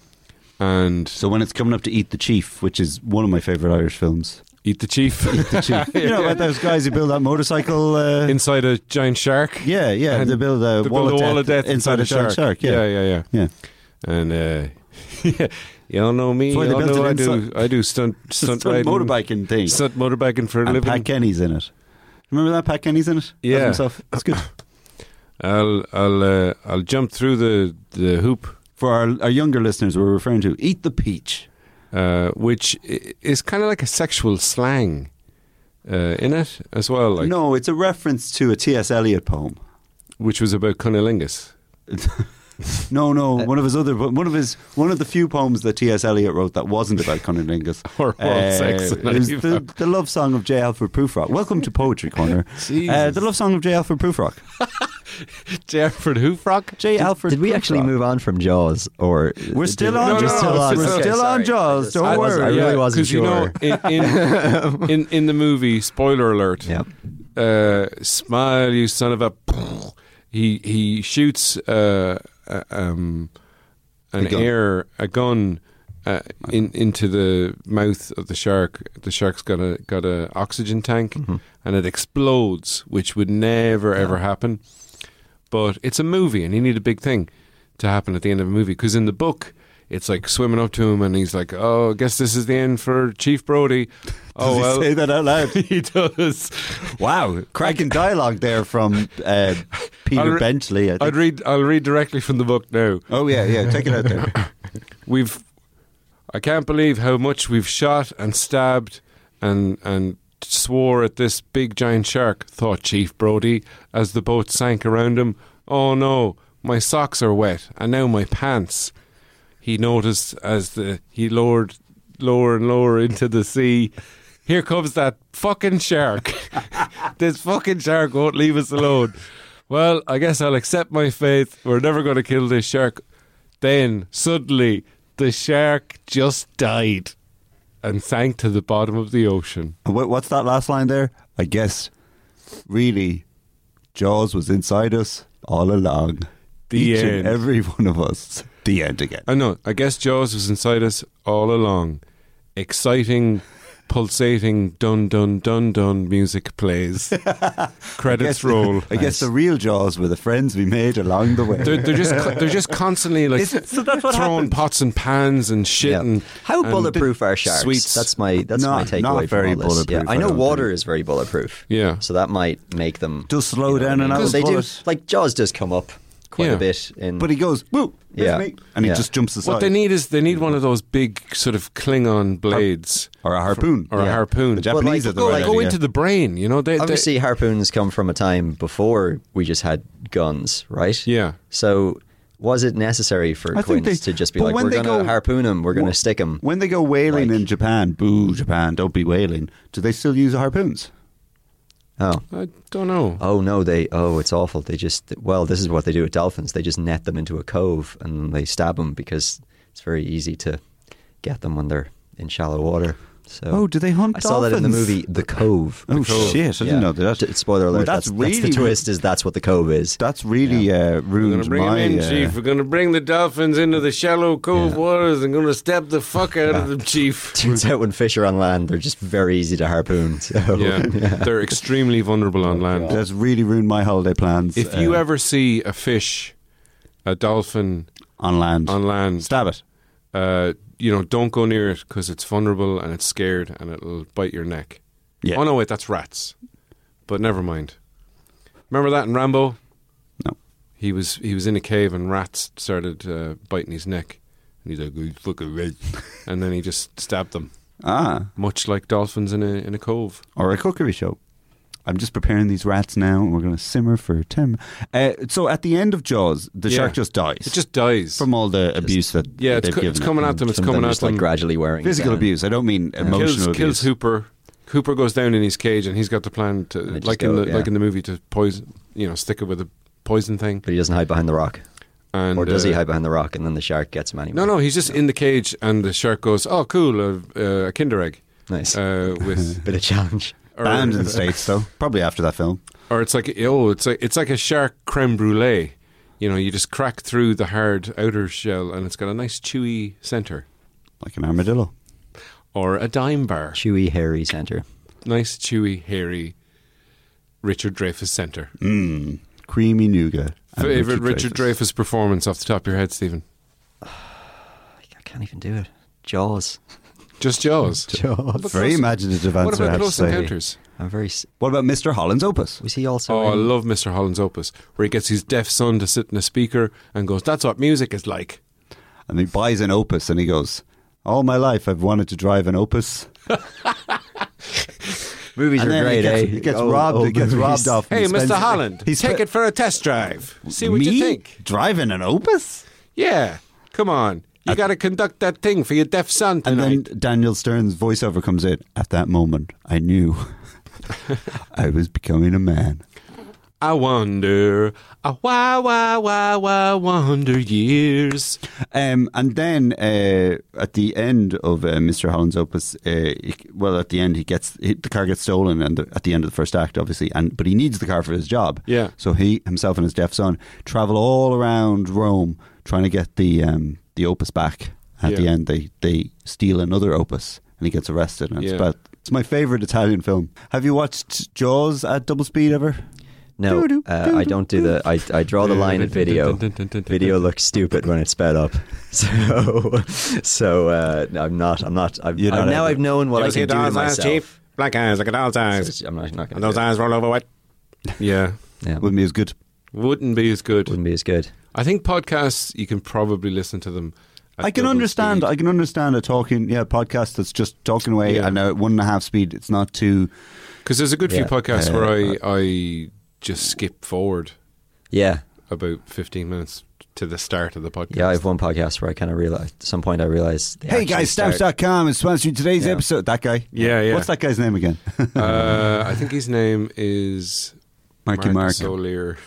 [SPEAKER 1] and
[SPEAKER 2] So when it's coming up to eat the chief, which is one of my favorite Irish films,
[SPEAKER 1] eat the chief
[SPEAKER 2] the chief. you know about those guys who build that motorcycle. Uh,
[SPEAKER 1] inside a giant shark.
[SPEAKER 2] yeah, yeah,
[SPEAKER 1] And
[SPEAKER 2] they build a
[SPEAKER 1] They
[SPEAKER 2] wall,
[SPEAKER 1] build
[SPEAKER 2] of,
[SPEAKER 1] a
[SPEAKER 2] death
[SPEAKER 1] wall of death
[SPEAKER 2] inside, a shark. shark. Yeah,
[SPEAKER 1] yeah, yeah. yeah.
[SPEAKER 2] yeah.
[SPEAKER 1] and uh, you all know me.
[SPEAKER 2] That's why they
[SPEAKER 1] You all
[SPEAKER 2] built
[SPEAKER 1] know
[SPEAKER 2] it
[SPEAKER 1] I do.
[SPEAKER 2] inside-
[SPEAKER 1] I do stunt stunt
[SPEAKER 2] Stunt
[SPEAKER 1] riding,
[SPEAKER 2] motorbiking thing.
[SPEAKER 1] stunt motorbiking for a
[SPEAKER 2] and
[SPEAKER 1] living.
[SPEAKER 2] Pat Kenny's in it. Remember that Pat Kenny's in it?
[SPEAKER 1] Yeah.
[SPEAKER 2] As himself. It's good
[SPEAKER 1] I'll I'll uh, I'll jump through the the hoop,
[SPEAKER 2] for our, our younger listeners. We're referring to eat the peach.
[SPEAKER 1] uh, which i- is kind of like a sexual slang uh, in it as well, like
[SPEAKER 2] no, it's a reference to a T.S. Eliot poem.
[SPEAKER 1] which was about cunnilingus.
[SPEAKER 2] No, no,
[SPEAKER 1] Uh,
[SPEAKER 2] one of his other, one of his, one of the few poems that T.S. Eliot wrote that wasn't about cunnilingus
[SPEAKER 1] Or oral sex.
[SPEAKER 2] it was the, the love song of J. Alfred Prufrock. Welcome to Poetry Corner. Uh,
[SPEAKER 1] Jesus.
[SPEAKER 2] the love song of J. Alfred Prufrock.
[SPEAKER 1] Jefford Hoofrock.
[SPEAKER 2] J. Alfred.
[SPEAKER 4] Did we actually
[SPEAKER 2] Prufrock.
[SPEAKER 4] move on from Jaws, or
[SPEAKER 2] We're still on
[SPEAKER 1] No, no,
[SPEAKER 2] Jaws.
[SPEAKER 1] no,
[SPEAKER 2] We're
[SPEAKER 1] okay,
[SPEAKER 2] still on Jaws. Don't worry.
[SPEAKER 4] I wasn't- I really wasn't
[SPEAKER 1] 'cause you know,
[SPEAKER 4] sure.
[SPEAKER 1] in, in, in in the movie, spoiler alert.
[SPEAKER 4] Yep.
[SPEAKER 1] Uh, smile, you son of a. He he shoots uh, uh, um, an
[SPEAKER 2] gun.
[SPEAKER 1] air a gun uh, in into the mouth of the shark. The shark's got a got a oxygen tank,
[SPEAKER 4] Mm-hmm.
[SPEAKER 1] and it explodes, which would never ever happen. But it's a movie, and you need a big thing to happen at the end of a movie. Because in the book, it's like swimming up to him, and he's like, "Oh, I guess this is the end for Chief Brody."
[SPEAKER 2] Does
[SPEAKER 1] oh
[SPEAKER 2] he
[SPEAKER 1] well,
[SPEAKER 2] say that out loud?
[SPEAKER 1] he does.
[SPEAKER 2] wow, cracking dialogue there from uh,
[SPEAKER 1] I'll
[SPEAKER 2] Peter
[SPEAKER 1] re-
[SPEAKER 2] Bentley. I think.
[SPEAKER 1] I'd read. I'll read directly from the book now.
[SPEAKER 2] oh yeah, yeah. Take it out there.
[SPEAKER 1] We've. I can't believe how much we've shot and stabbed and and swore at this big giant shark. Thought Chief Brody as the boat sank around him. Oh no, my socks are wet, and now my pants. He noticed as the he lowered lower and lower into the sea. Here comes that fucking shark. this fucking shark won't leave us alone. Well, I guess I'll accept my fate. We're never going to kill this shark. Then, suddenly, the shark just died and sank to the bottom of the ocean.
[SPEAKER 2] Wha- What's that last line there? I guess, really, Jaws was inside us all along.
[SPEAKER 1] The
[SPEAKER 2] Each
[SPEAKER 1] end.
[SPEAKER 2] and every one of us. The end again.
[SPEAKER 1] I know, I guess Jaws was inside us all along. Exciting, pulsating, dun dun dun dun music plays. Credits roll.
[SPEAKER 2] I guess the real Jaws were the friends we made along the way.
[SPEAKER 1] They're, they're just they're just constantly like
[SPEAKER 2] Is it- so that's what
[SPEAKER 1] throwing
[SPEAKER 2] happened.
[SPEAKER 1] pots and pans and shit
[SPEAKER 4] Yeah.
[SPEAKER 1] and
[SPEAKER 4] How
[SPEAKER 1] and
[SPEAKER 4] bulletproof are sharks?
[SPEAKER 1] Sweets.
[SPEAKER 4] That's my that's my
[SPEAKER 2] Not-
[SPEAKER 4] takeaway.
[SPEAKER 2] not
[SPEAKER 4] from
[SPEAKER 2] very
[SPEAKER 4] all this.
[SPEAKER 2] bulletproof,
[SPEAKER 4] Yeah, I
[SPEAKER 2] I
[SPEAKER 4] know
[SPEAKER 2] don't
[SPEAKER 4] water
[SPEAKER 2] think.
[SPEAKER 4] is very bulletproof.
[SPEAKER 1] Yeah.
[SPEAKER 4] So that might make them
[SPEAKER 2] Does slow down
[SPEAKER 4] what
[SPEAKER 2] and
[SPEAKER 4] I mean?
[SPEAKER 2] out
[SPEAKER 4] 'Cause
[SPEAKER 2] of
[SPEAKER 4] They do
[SPEAKER 2] bullets.
[SPEAKER 4] like Jaws does come up quite
[SPEAKER 1] Yeah.
[SPEAKER 4] a bit in.
[SPEAKER 2] but he goes, woo, there's
[SPEAKER 4] Yeah.
[SPEAKER 2] me," and he
[SPEAKER 4] Yeah.
[SPEAKER 2] just jumps aside.
[SPEAKER 1] What they need is they need one of those big sort of Klingon blades
[SPEAKER 2] or a harpoon,
[SPEAKER 1] or a harpoon.
[SPEAKER 2] The Japanese
[SPEAKER 4] like,
[SPEAKER 2] are the
[SPEAKER 1] go,
[SPEAKER 2] right
[SPEAKER 1] go
[SPEAKER 2] idea.
[SPEAKER 1] into the brain, you know. They, they-
[SPEAKER 4] obviously harpoons come from a time before we just had guns, right?
[SPEAKER 1] Yeah.
[SPEAKER 4] So was it necessary for
[SPEAKER 2] I think
[SPEAKER 4] Quince
[SPEAKER 2] they-
[SPEAKER 4] to just be
[SPEAKER 2] but
[SPEAKER 4] like,
[SPEAKER 2] when
[SPEAKER 4] we're
[SPEAKER 2] they
[SPEAKER 4] going to
[SPEAKER 2] go-
[SPEAKER 4] harpoon him, we're going
[SPEAKER 2] Wha-
[SPEAKER 4] to stick him?
[SPEAKER 2] When they go whaling
[SPEAKER 4] Like-
[SPEAKER 2] in Japan, boo Japan, don't be whaling. Do they still use harpoons?
[SPEAKER 4] Oh.
[SPEAKER 1] I don't know.
[SPEAKER 4] Oh no, they oh it's awful. They just well, this is what they do with dolphins. They just net them into a cove and they stab them because it's very easy to get them when they're in shallow water. So
[SPEAKER 2] Oh, do they hunt
[SPEAKER 4] I saw that in the
[SPEAKER 2] dolphins?
[SPEAKER 4] movie The Cove.
[SPEAKER 2] Oh,
[SPEAKER 4] The Cove.
[SPEAKER 2] shit, I didn't know that.
[SPEAKER 4] D- Spoiler alert.
[SPEAKER 2] Well, that's
[SPEAKER 4] that's, that's
[SPEAKER 2] really-
[SPEAKER 4] the twist. Is that's what the Cove is.
[SPEAKER 2] That's really
[SPEAKER 1] We're
[SPEAKER 2] uh,
[SPEAKER 1] gonna
[SPEAKER 2] ruined
[SPEAKER 1] bring
[SPEAKER 2] my.
[SPEAKER 1] them in,
[SPEAKER 2] uh,
[SPEAKER 1] Chief. We're gonna bring the dolphins into the shallow cove
[SPEAKER 4] Yeah.
[SPEAKER 1] waters and gonna stab the fuck out of them, Chief.
[SPEAKER 4] Turns out when fish are on land, they're just very easy to harpoon. So
[SPEAKER 1] Yeah, they're extremely vulnerable on land.
[SPEAKER 2] that's really ruined my holiday plans.
[SPEAKER 1] If
[SPEAKER 2] uh,
[SPEAKER 1] you ever see a fish, a dolphin
[SPEAKER 2] on land,
[SPEAKER 1] on land,
[SPEAKER 2] stab it.
[SPEAKER 1] uh, you know, don't go near it because it's vulnerable and it's scared and it'll bite your neck.
[SPEAKER 2] Yeah.
[SPEAKER 1] Oh no, wait, that's rats. But never mind. Remember that in Rambo?
[SPEAKER 2] No.
[SPEAKER 1] He was he was in a cave and rats started uh, biting his neck, and he's like, "Good fucking rat," and then he just stabbed them,
[SPEAKER 2] Ah,
[SPEAKER 1] much like dolphins in a in a cove.
[SPEAKER 2] or a cookery show. I'm just preparing these rats now, and we're going to simmer for ten. Uh, so at the end of Jaws, the
[SPEAKER 1] Yeah.
[SPEAKER 2] shark just dies.
[SPEAKER 1] It just dies.
[SPEAKER 2] from all the abuse that
[SPEAKER 1] yeah, it's,
[SPEAKER 2] they've
[SPEAKER 1] co-
[SPEAKER 2] given
[SPEAKER 1] it's
[SPEAKER 2] it.
[SPEAKER 1] coming at them. It's
[SPEAKER 4] some of them
[SPEAKER 1] coming at
[SPEAKER 4] just like
[SPEAKER 1] them.
[SPEAKER 4] gradually wearing it
[SPEAKER 2] Physical
[SPEAKER 4] down.
[SPEAKER 2] abuse. I don't mean emotional
[SPEAKER 1] kills,
[SPEAKER 2] abuse.
[SPEAKER 1] kills Hooper. Hooper goes down in his cage, and he's got the plan to,
[SPEAKER 4] just
[SPEAKER 1] like in
[SPEAKER 4] go,
[SPEAKER 1] the
[SPEAKER 4] yeah.
[SPEAKER 1] like in the movie, to poison. You know, stick it with a poison thing.
[SPEAKER 4] But he doesn't hide behind the rock,
[SPEAKER 1] And
[SPEAKER 4] or does
[SPEAKER 1] uh,
[SPEAKER 4] he hide behind the rock and then the shark gets him anyway?
[SPEAKER 1] No, no, he's just in the cage, and the shark goes, "Oh, cool, a, uh, a Kinder Egg."
[SPEAKER 4] Nice.
[SPEAKER 1] Uh, with
[SPEAKER 4] Bit of challenge.
[SPEAKER 1] or,
[SPEAKER 2] Banned in the states though. Probably after that film.
[SPEAKER 1] or it's like oh, it's like it's like a shark creme brulee. You know, you just crack through the hard outer shell, and it's got a nice chewy center,
[SPEAKER 2] Like an armadillo.
[SPEAKER 1] or a dime bar,
[SPEAKER 4] Chewy, hairy center.
[SPEAKER 1] nice chewy, hairy. Richard Dreyfuss center.
[SPEAKER 2] Creamy nougat. and
[SPEAKER 1] Favorite Mm, Richard
[SPEAKER 2] Dreyfuss.
[SPEAKER 1] Dreyfuss performance off the top of your head, Stephen?
[SPEAKER 4] I can't even do it. Jaws.
[SPEAKER 1] Just Jaws.
[SPEAKER 4] Jaws.
[SPEAKER 1] But
[SPEAKER 2] Very
[SPEAKER 1] Close-
[SPEAKER 2] imaginative
[SPEAKER 1] What
[SPEAKER 2] answer, I
[SPEAKER 1] about
[SPEAKER 2] have to
[SPEAKER 1] Close
[SPEAKER 2] say.
[SPEAKER 1] Encounters?
[SPEAKER 4] I'm very. s-
[SPEAKER 2] What about Mr. Holland's opus?
[SPEAKER 4] Was he also?
[SPEAKER 1] Oh, I
[SPEAKER 4] in-
[SPEAKER 1] love Mr. Holland's opus, where he gets his deaf son to sit in a speaker and goes, "That's what music is like."
[SPEAKER 2] And he buys an opus and he goes, All my life I've wanted to drive an opus.
[SPEAKER 4] movies
[SPEAKER 2] and
[SPEAKER 4] are
[SPEAKER 2] then
[SPEAKER 4] great,
[SPEAKER 2] he gets,
[SPEAKER 4] eh?
[SPEAKER 2] he gets
[SPEAKER 4] Old-
[SPEAKER 2] robbed.
[SPEAKER 4] old
[SPEAKER 2] he gets
[SPEAKER 4] movies.
[SPEAKER 2] robbed off.
[SPEAKER 1] Hey,
[SPEAKER 2] and he spends-
[SPEAKER 1] Mr. Holland,
[SPEAKER 2] he spe-
[SPEAKER 1] take it for a test drive. See what
[SPEAKER 2] Me?
[SPEAKER 1] you think.
[SPEAKER 2] Driving an opus?
[SPEAKER 1] Yeah, come on. You got to conduct that thing for your deaf son
[SPEAKER 2] And
[SPEAKER 1] tonight.
[SPEAKER 2] then Daniel Stern's voiceover comes in. At that moment, I knew I was becoming a man.
[SPEAKER 1] I wonder, I why, why, why, why wonder years.
[SPEAKER 2] Um, and then uh, at the end of uh, Mr. Holland's opus, uh, he- well, at the end he gets he, the car gets stolen, and the, at the end of the first act, obviously, and but he needs the car for his job.
[SPEAKER 1] Yeah.
[SPEAKER 2] So he himself and his deaf son travel all around Rome trying to get the um, the opus back. At the
[SPEAKER 1] Yeah.
[SPEAKER 2] end, they they steal another opus, and he gets arrested. And it's
[SPEAKER 1] Yeah.
[SPEAKER 2] about it's my favorite Italian film. Have you watched Jaws at double speed ever?
[SPEAKER 4] No,
[SPEAKER 2] Doo-doo,
[SPEAKER 4] uh, I don't do the. I, I draw the line at video. Video looks stupid when it's sped up. So, so uh, no, I'm not. I'm not. I've,
[SPEAKER 2] You're not
[SPEAKER 4] I've- now
[SPEAKER 2] able-
[SPEAKER 4] I've known what I can do to myself.
[SPEAKER 1] Black eyes, look at doll's
[SPEAKER 4] So I'm not, not going to.
[SPEAKER 1] eyes roll over wet. Yeah.
[SPEAKER 4] Yeah,
[SPEAKER 2] Wouldn't be as good.
[SPEAKER 1] Wouldn't be as good.
[SPEAKER 4] wouldn't be as good.
[SPEAKER 1] I think podcasts you can probably listen to them. at
[SPEAKER 2] I can
[SPEAKER 1] double
[SPEAKER 2] understand.
[SPEAKER 1] speed.
[SPEAKER 2] I can understand a talking yeah podcast that's just talking away
[SPEAKER 1] Yeah.
[SPEAKER 2] and at one and a half speed. It's not too.
[SPEAKER 1] because there's a good few
[SPEAKER 4] Yeah.
[SPEAKER 1] podcasts
[SPEAKER 2] Uh,
[SPEAKER 1] where I I just skip forward
[SPEAKER 4] Yeah,
[SPEAKER 1] about 15 minutes to the start of the podcast.
[SPEAKER 4] yeah. I have one podcast where I kind of realized. At some point, I realized. they
[SPEAKER 2] Hey
[SPEAKER 4] actually
[SPEAKER 2] guys,
[SPEAKER 4] start-
[SPEAKER 2] stamps.com is sponsoring today's
[SPEAKER 4] Yeah.
[SPEAKER 2] episode. That guy.
[SPEAKER 1] Yeah, yeah.
[SPEAKER 2] What's that guy's name again?
[SPEAKER 1] uh, I think his name is
[SPEAKER 2] Marky
[SPEAKER 1] Martin
[SPEAKER 2] Mark.
[SPEAKER 1] Solier.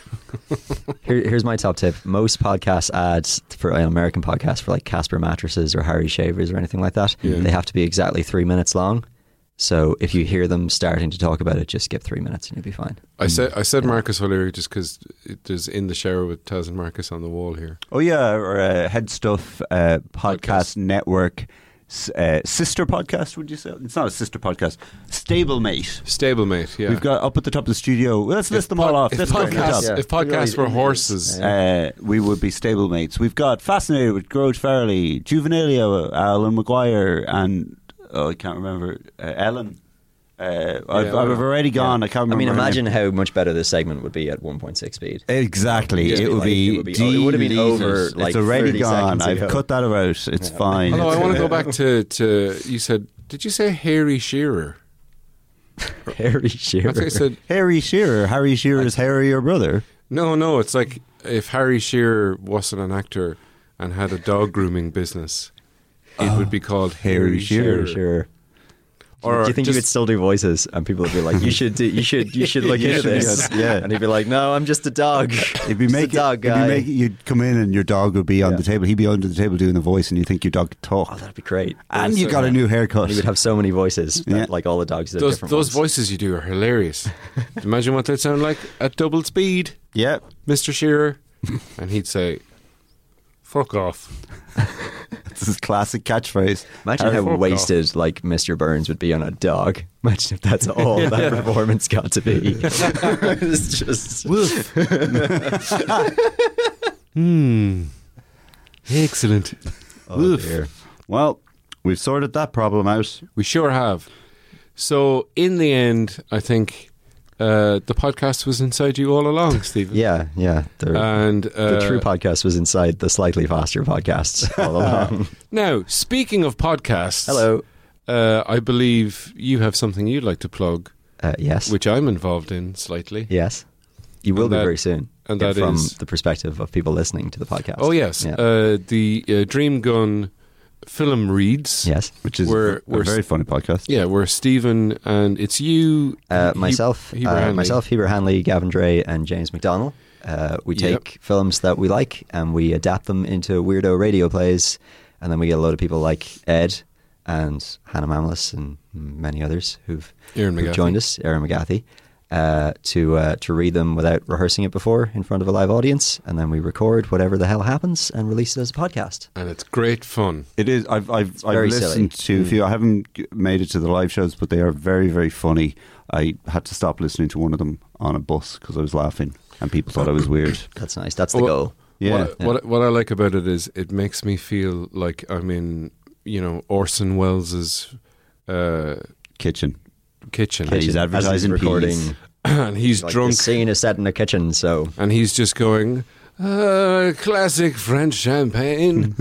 [SPEAKER 4] Here, here's my top tip. Most podcast ads for uh, American podcasts for like Casper mattresses or Harry Shavers or anything like that,
[SPEAKER 1] Yeah.
[SPEAKER 4] they have to be exactly three minutes long. So if you hear them starting to talk about it, just skip three minutes and you'll be fine.
[SPEAKER 1] I said I said Marcus O'Leary just because it is in the shower with Taz and Marcus on the wall here.
[SPEAKER 2] Oh yeah, or uh, Head Stuff uh, podcast
[SPEAKER 1] Podcast.
[SPEAKER 2] network s- uh, sister podcast. Would you say it's not a sister podcast? Stablemate.
[SPEAKER 1] Stablemate, yeah.
[SPEAKER 2] We've got up at the top of the studio. Let's list them all
[SPEAKER 1] pod-
[SPEAKER 2] off.
[SPEAKER 1] if
[SPEAKER 2] Let's go to the
[SPEAKER 1] podcasts-
[SPEAKER 2] top.
[SPEAKER 1] if podcasts were horses,
[SPEAKER 2] uh, we would be stablemates. We've got Fascinated with George Farley, Juvenilio, Alan McGuire, and oh, I can't remember uh, Ellen. Uh, I've,
[SPEAKER 1] well,
[SPEAKER 2] I've already gone. I can't
[SPEAKER 4] I
[SPEAKER 2] remember.
[SPEAKER 4] mean,
[SPEAKER 2] her
[SPEAKER 4] imagine
[SPEAKER 2] name.
[SPEAKER 4] how much better this segment would be at 1.6 speed.
[SPEAKER 2] Exactly,
[SPEAKER 4] Yeah,
[SPEAKER 2] it would
[SPEAKER 4] like,
[SPEAKER 2] be.
[SPEAKER 4] it would be- oh, it would have been
[SPEAKER 2] deleted.
[SPEAKER 4] over,
[SPEAKER 2] it's
[SPEAKER 4] like,
[SPEAKER 2] already
[SPEAKER 4] 30
[SPEAKER 2] gone.
[SPEAKER 4] seconds
[SPEAKER 2] I've
[SPEAKER 4] ago.
[SPEAKER 2] cut that out. It's fine.
[SPEAKER 1] Although I
[SPEAKER 2] It's-
[SPEAKER 1] want to go back to, to you said did you say Harry Shearer?
[SPEAKER 4] Harry
[SPEAKER 1] I
[SPEAKER 4] Shearer.
[SPEAKER 1] think I said
[SPEAKER 2] Harry Shearer. Harry Shearer's Harry, or brother.
[SPEAKER 1] No, no, it's like if Harry Shearer wasn't an actor and had a dog grooming business, it would be called Harry,
[SPEAKER 2] Harry
[SPEAKER 1] Shearer.
[SPEAKER 4] Harry Shearer.
[SPEAKER 1] Or
[SPEAKER 4] do you think you
[SPEAKER 1] just-
[SPEAKER 4] could still do voices? And people would be like, "You should, do, you should, you should look
[SPEAKER 2] You
[SPEAKER 4] into
[SPEAKER 2] should do
[SPEAKER 4] this."
[SPEAKER 2] that, yeah.
[SPEAKER 4] and he'd be like, "No, I'm just a dog.
[SPEAKER 2] If you
[SPEAKER 4] Just
[SPEAKER 2] make
[SPEAKER 4] a dog
[SPEAKER 2] it, if you
[SPEAKER 4] guy."
[SPEAKER 2] make it, you'd come in and your dog would be on
[SPEAKER 4] Yeah.
[SPEAKER 2] the table. He'd be under the table doing the voice, and you think your dog could talk.
[SPEAKER 4] oh, that'd be great.
[SPEAKER 2] and
[SPEAKER 1] Those
[SPEAKER 2] you
[SPEAKER 1] are-
[SPEAKER 2] got a new haircut.
[SPEAKER 4] And he would have so many voices, that,
[SPEAKER 2] Yeah.
[SPEAKER 4] like all the dogs. did
[SPEAKER 1] Those
[SPEAKER 4] different
[SPEAKER 1] those
[SPEAKER 4] ones.
[SPEAKER 1] voices you do are hilarious. Imagine what they'd sound like at double speed,
[SPEAKER 2] yeah,
[SPEAKER 1] Mister Shearer, and he'd say, "Fuck off."
[SPEAKER 2] this is classic catchphrase.
[SPEAKER 4] Imagine
[SPEAKER 1] Harry
[SPEAKER 4] how
[SPEAKER 1] Forkner.
[SPEAKER 4] wasted like Mr. Burns would be on a dog. Imagine if that's all that performance got to be. it's just
[SPEAKER 1] Hmm. Excellent.
[SPEAKER 4] Oh, dear.
[SPEAKER 2] Well, we've sorted that problem out.
[SPEAKER 1] We sure have. So in the end, I think uh, the podcast was inside you all along, Stephen.
[SPEAKER 4] yeah, yeah. The,
[SPEAKER 1] And uh,
[SPEAKER 4] the true podcast was inside the slightly faster podcast all along.
[SPEAKER 1] Now, speaking of podcasts,
[SPEAKER 4] Hello.
[SPEAKER 1] Uh, I believe you have something you'd like to plug,
[SPEAKER 4] Uh, yes.
[SPEAKER 1] which I'm involved in slightly.
[SPEAKER 4] yes. You will
[SPEAKER 1] And
[SPEAKER 4] be
[SPEAKER 1] that-
[SPEAKER 4] very soon.
[SPEAKER 1] and
[SPEAKER 4] yeah,
[SPEAKER 1] that
[SPEAKER 4] from
[SPEAKER 1] is-
[SPEAKER 4] the perspective of people listening to the podcast.
[SPEAKER 1] Oh yes,
[SPEAKER 4] Yeah.
[SPEAKER 1] uh, the uh, Dream Gun film reads.
[SPEAKER 4] yes.
[SPEAKER 2] Which is
[SPEAKER 1] We're-
[SPEAKER 2] a
[SPEAKER 1] we're
[SPEAKER 2] very funny podcast.
[SPEAKER 1] Yeah, where Stephen and it's you,
[SPEAKER 4] Uh,
[SPEAKER 1] you-
[SPEAKER 4] myself,
[SPEAKER 1] Heber
[SPEAKER 4] uh,
[SPEAKER 1] Hanley.
[SPEAKER 4] myself, Heber Hanley, Gavin Dre, and James McDonnell. Uh, we
[SPEAKER 1] Yep.
[SPEAKER 4] take films that we like and we adapt them into weirdo radio plays, and then we get a load of people like Ed and Hannah Mamlis and many others who've,
[SPEAKER 1] Erin
[SPEAKER 4] who've
[SPEAKER 1] McGathy.
[SPEAKER 4] joined us, Aaron McGathy, uh, to uh, to read them without rehearsing it before in front of a live audience, and then we record whatever the hell happens and release it as a podcast.
[SPEAKER 1] and it's great fun.
[SPEAKER 2] It is. I've I've, I've
[SPEAKER 4] very
[SPEAKER 2] listened
[SPEAKER 4] silly.
[SPEAKER 2] to a few. I haven't g- made it to the live shows, but they are very very funny. I had to stop listening to one of them on a bus because I was laughing and people thought I was weird.
[SPEAKER 4] That's nice. That's the
[SPEAKER 1] Well-
[SPEAKER 4] goal.
[SPEAKER 2] Yeah.
[SPEAKER 1] What, what what I like about it is it makes me feel like I'm in you know Orson Welles's uh,
[SPEAKER 2] Kitchen.
[SPEAKER 1] kitchen,
[SPEAKER 2] Kitchen. he's
[SPEAKER 4] As
[SPEAKER 2] advertising peas.
[SPEAKER 4] recording.
[SPEAKER 1] and he's
[SPEAKER 4] Like,
[SPEAKER 1] drunk
[SPEAKER 4] The scene is set in a kitchen, so
[SPEAKER 1] and he's just going uh, classic French champagne,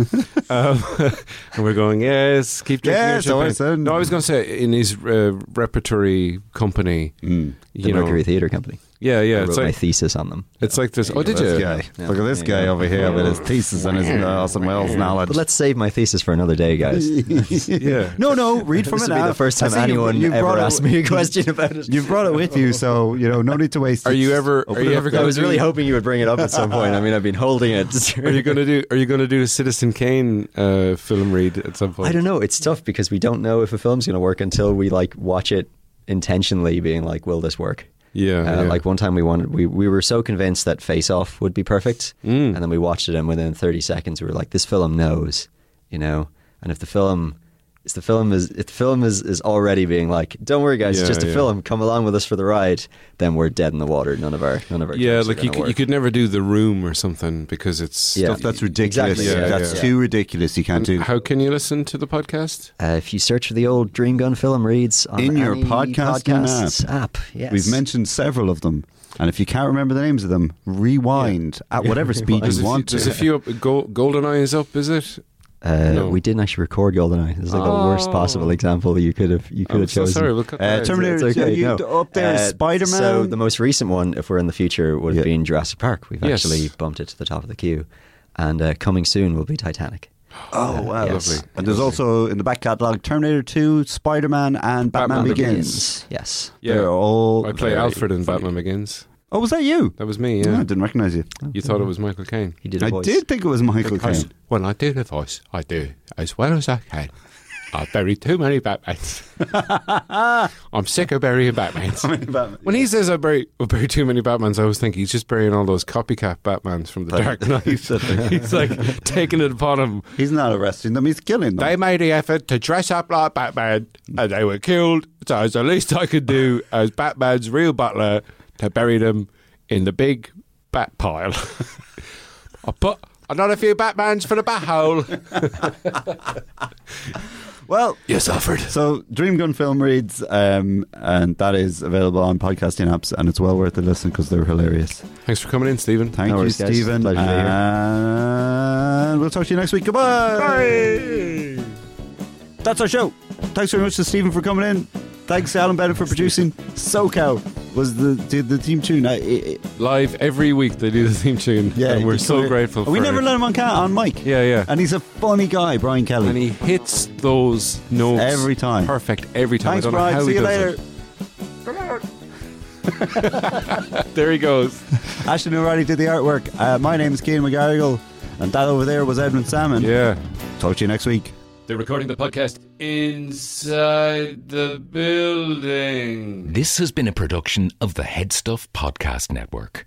[SPEAKER 1] um, and we're going yes, keep drinking
[SPEAKER 2] Yes,
[SPEAKER 1] your champagne.
[SPEAKER 2] Orson.
[SPEAKER 1] No, I was going to say in his uh, repertory company,
[SPEAKER 2] Mm.
[SPEAKER 4] the
[SPEAKER 1] you know,
[SPEAKER 4] Mercury Theatre Company.
[SPEAKER 1] yeah,
[SPEAKER 4] I
[SPEAKER 1] yeah,
[SPEAKER 4] wrote
[SPEAKER 1] it's
[SPEAKER 4] my
[SPEAKER 1] like
[SPEAKER 4] thesis on them.
[SPEAKER 1] it's like this. Oh, did you?
[SPEAKER 2] This guy.
[SPEAKER 4] Yeah.
[SPEAKER 2] Look at this guy over here with his thesis and his uh, Orson Welles knowledge.
[SPEAKER 4] But let's save my thesis for another day, guys.
[SPEAKER 1] Yeah.
[SPEAKER 2] no, no, read from
[SPEAKER 4] this
[SPEAKER 2] it
[SPEAKER 4] will be
[SPEAKER 2] now.
[SPEAKER 4] the first
[SPEAKER 2] I
[SPEAKER 4] time
[SPEAKER 2] see you-
[SPEAKER 4] anyone
[SPEAKER 2] you brought
[SPEAKER 4] ever
[SPEAKER 2] it-
[SPEAKER 4] asked me a question about it.
[SPEAKER 2] You've brought it with you, so you know, no need to waste.
[SPEAKER 1] Are
[SPEAKER 2] it.
[SPEAKER 1] you ever? Are
[SPEAKER 2] Open
[SPEAKER 1] you
[SPEAKER 2] it up.
[SPEAKER 1] ever?
[SPEAKER 4] I
[SPEAKER 1] gonna
[SPEAKER 4] was really
[SPEAKER 1] do-
[SPEAKER 4] hoping you would bring it up at some point. I mean, I've been holding it.
[SPEAKER 1] Are you gonna do? Are you gonna do a Citizen Kane uh, film read at some point?
[SPEAKER 4] I don't know. It's tough because we don't know if a film's going to work until we like watch it intentionally, being like, "Will this work?"
[SPEAKER 1] Yeah,
[SPEAKER 4] Uh,
[SPEAKER 1] yeah.
[SPEAKER 4] Like one time we wanted, we we were so convinced that Face Off would be perfect,
[SPEAKER 1] Mm.
[SPEAKER 4] and then we watched it, and within thirty seconds we were like, "This film knows," you know. And if the film, if the film is, if the film is is already being like, "Don't worry, guys,
[SPEAKER 1] Yeah,
[SPEAKER 4] it's just a
[SPEAKER 1] yeah.
[SPEAKER 4] film. Come along with us for the ride," then we're dead in the water. None of our, none of our.
[SPEAKER 1] Yeah,
[SPEAKER 4] jokes are
[SPEAKER 1] like you
[SPEAKER 4] gonna
[SPEAKER 1] could, you
[SPEAKER 4] work.
[SPEAKER 1] could never do the room or something because it's
[SPEAKER 4] Yeah.
[SPEAKER 2] Stuff that's ridiculous.
[SPEAKER 4] Exactly,
[SPEAKER 1] yeah,
[SPEAKER 2] that's
[SPEAKER 1] yeah.
[SPEAKER 2] too ridiculous. You can't do.
[SPEAKER 1] How can you listen to the podcast?
[SPEAKER 4] Uh, if you search for the old Dream Gun film reads on
[SPEAKER 2] In your
[SPEAKER 4] any
[SPEAKER 2] podcasting
[SPEAKER 4] podcasts app, yes.
[SPEAKER 2] We've mentioned several of them, and if you can't remember the names of them, rewind at whatever speed
[SPEAKER 1] There's a,
[SPEAKER 2] you
[SPEAKER 1] few,
[SPEAKER 2] want
[SPEAKER 1] there's
[SPEAKER 2] to.
[SPEAKER 1] a few up, go, golden eyes up. Is it?
[SPEAKER 4] Uh,
[SPEAKER 1] No.
[SPEAKER 4] We didn't actually record Goldeneye. This is like the worst
[SPEAKER 1] Oh.
[SPEAKER 4] possible example you could have you could
[SPEAKER 1] I'm
[SPEAKER 4] have
[SPEAKER 1] so
[SPEAKER 4] chosen.
[SPEAKER 1] sorry. We'll cut
[SPEAKER 2] Uh,
[SPEAKER 1] that. out.
[SPEAKER 2] Terminator-
[SPEAKER 4] It's okay,
[SPEAKER 2] you-
[SPEAKER 4] no. Uh,
[SPEAKER 2] up there, Spider-Man.
[SPEAKER 4] So the most recent one, if we're in the future, would have
[SPEAKER 2] Yeah.
[SPEAKER 4] been Jurassic Park. We've
[SPEAKER 1] Yes.
[SPEAKER 4] actually bumped it to the top of the queue, and uh, coming soon will be Titanic.
[SPEAKER 2] Oh wow,
[SPEAKER 4] Yes.
[SPEAKER 1] Lovely.
[SPEAKER 2] And there's also in the back catalogue Terminator 2, Spider Man, and Batman,
[SPEAKER 1] Batman
[SPEAKER 2] Begins.
[SPEAKER 4] Yes.
[SPEAKER 1] Yeah.
[SPEAKER 2] They're all.
[SPEAKER 1] I play
[SPEAKER 2] very
[SPEAKER 1] Alfred in
[SPEAKER 2] funny.
[SPEAKER 1] Batman Begins.
[SPEAKER 2] Oh, was that you?
[SPEAKER 1] That was me.
[SPEAKER 2] No, I
[SPEAKER 1] Yeah. Oh,
[SPEAKER 2] didn't recognize you.
[SPEAKER 1] You thought it was Michael Caine.
[SPEAKER 4] He did. a
[SPEAKER 2] I
[SPEAKER 4] voice.
[SPEAKER 2] did think it was Michael
[SPEAKER 1] Because
[SPEAKER 2] Caine.
[SPEAKER 1] when I do the voice, I do as well as I can. I bury too many Batmans. I'm sick of burying Batmans. When he says I bury, I bury too many Batmans, I always think he's just burying all those copycat Batmans from the Dark Knight. he's like taking it upon him.
[SPEAKER 2] uh, He's not arresting them, he's killing them.
[SPEAKER 1] They made the effort to dress up like Batman and they were killed. So it's the least I could do as Batman's real butler to bury them in the big bat pile. I put another few Batmans for the bat hole.
[SPEAKER 2] well,
[SPEAKER 1] You suffered.
[SPEAKER 2] so Dream Gun Film Reads, um, and that is available on podcasting apps, and it's well worth a listen because they're hilarious.
[SPEAKER 1] Thanks for coming in, Stephen.
[SPEAKER 2] Thank
[SPEAKER 4] No
[SPEAKER 2] you,
[SPEAKER 4] worries, guys.
[SPEAKER 2] Stephen.
[SPEAKER 4] Pleasure to be here.
[SPEAKER 2] And we'll talk to you next week. Goodbye. That's our show. Thanks very much to Stephen for coming in. Thanks to Alan Bennett for producing SoCal. was the did the theme tune. I, it,
[SPEAKER 1] Live every week they do the theme tune.
[SPEAKER 2] yeah,
[SPEAKER 1] and
[SPEAKER 2] he
[SPEAKER 1] we're
[SPEAKER 2] did
[SPEAKER 1] so
[SPEAKER 2] come in.
[SPEAKER 1] grateful.
[SPEAKER 2] And
[SPEAKER 1] for
[SPEAKER 2] We never
[SPEAKER 1] it.
[SPEAKER 2] let him on cat on mic.
[SPEAKER 1] Yeah, yeah.
[SPEAKER 2] and he's a funny guy, Brian Kelly.
[SPEAKER 1] and he hits those notes
[SPEAKER 2] Every time.
[SPEAKER 1] Perfect every time.
[SPEAKER 2] Thanks,
[SPEAKER 1] I don't know
[SPEAKER 2] Brian.
[SPEAKER 1] how
[SPEAKER 2] See
[SPEAKER 1] he
[SPEAKER 2] you
[SPEAKER 1] does
[SPEAKER 2] later.
[SPEAKER 1] It. There he goes.
[SPEAKER 2] Ashton O'Reilly did the artwork. Uh, my name's Keane McGarrigle, and that over there was Edmund Salmon.
[SPEAKER 1] Yeah.
[SPEAKER 2] Talk to you next week.
[SPEAKER 1] They're recording the podcast inside the building.
[SPEAKER 5] This has been a production of the Headstuff Podcast Network.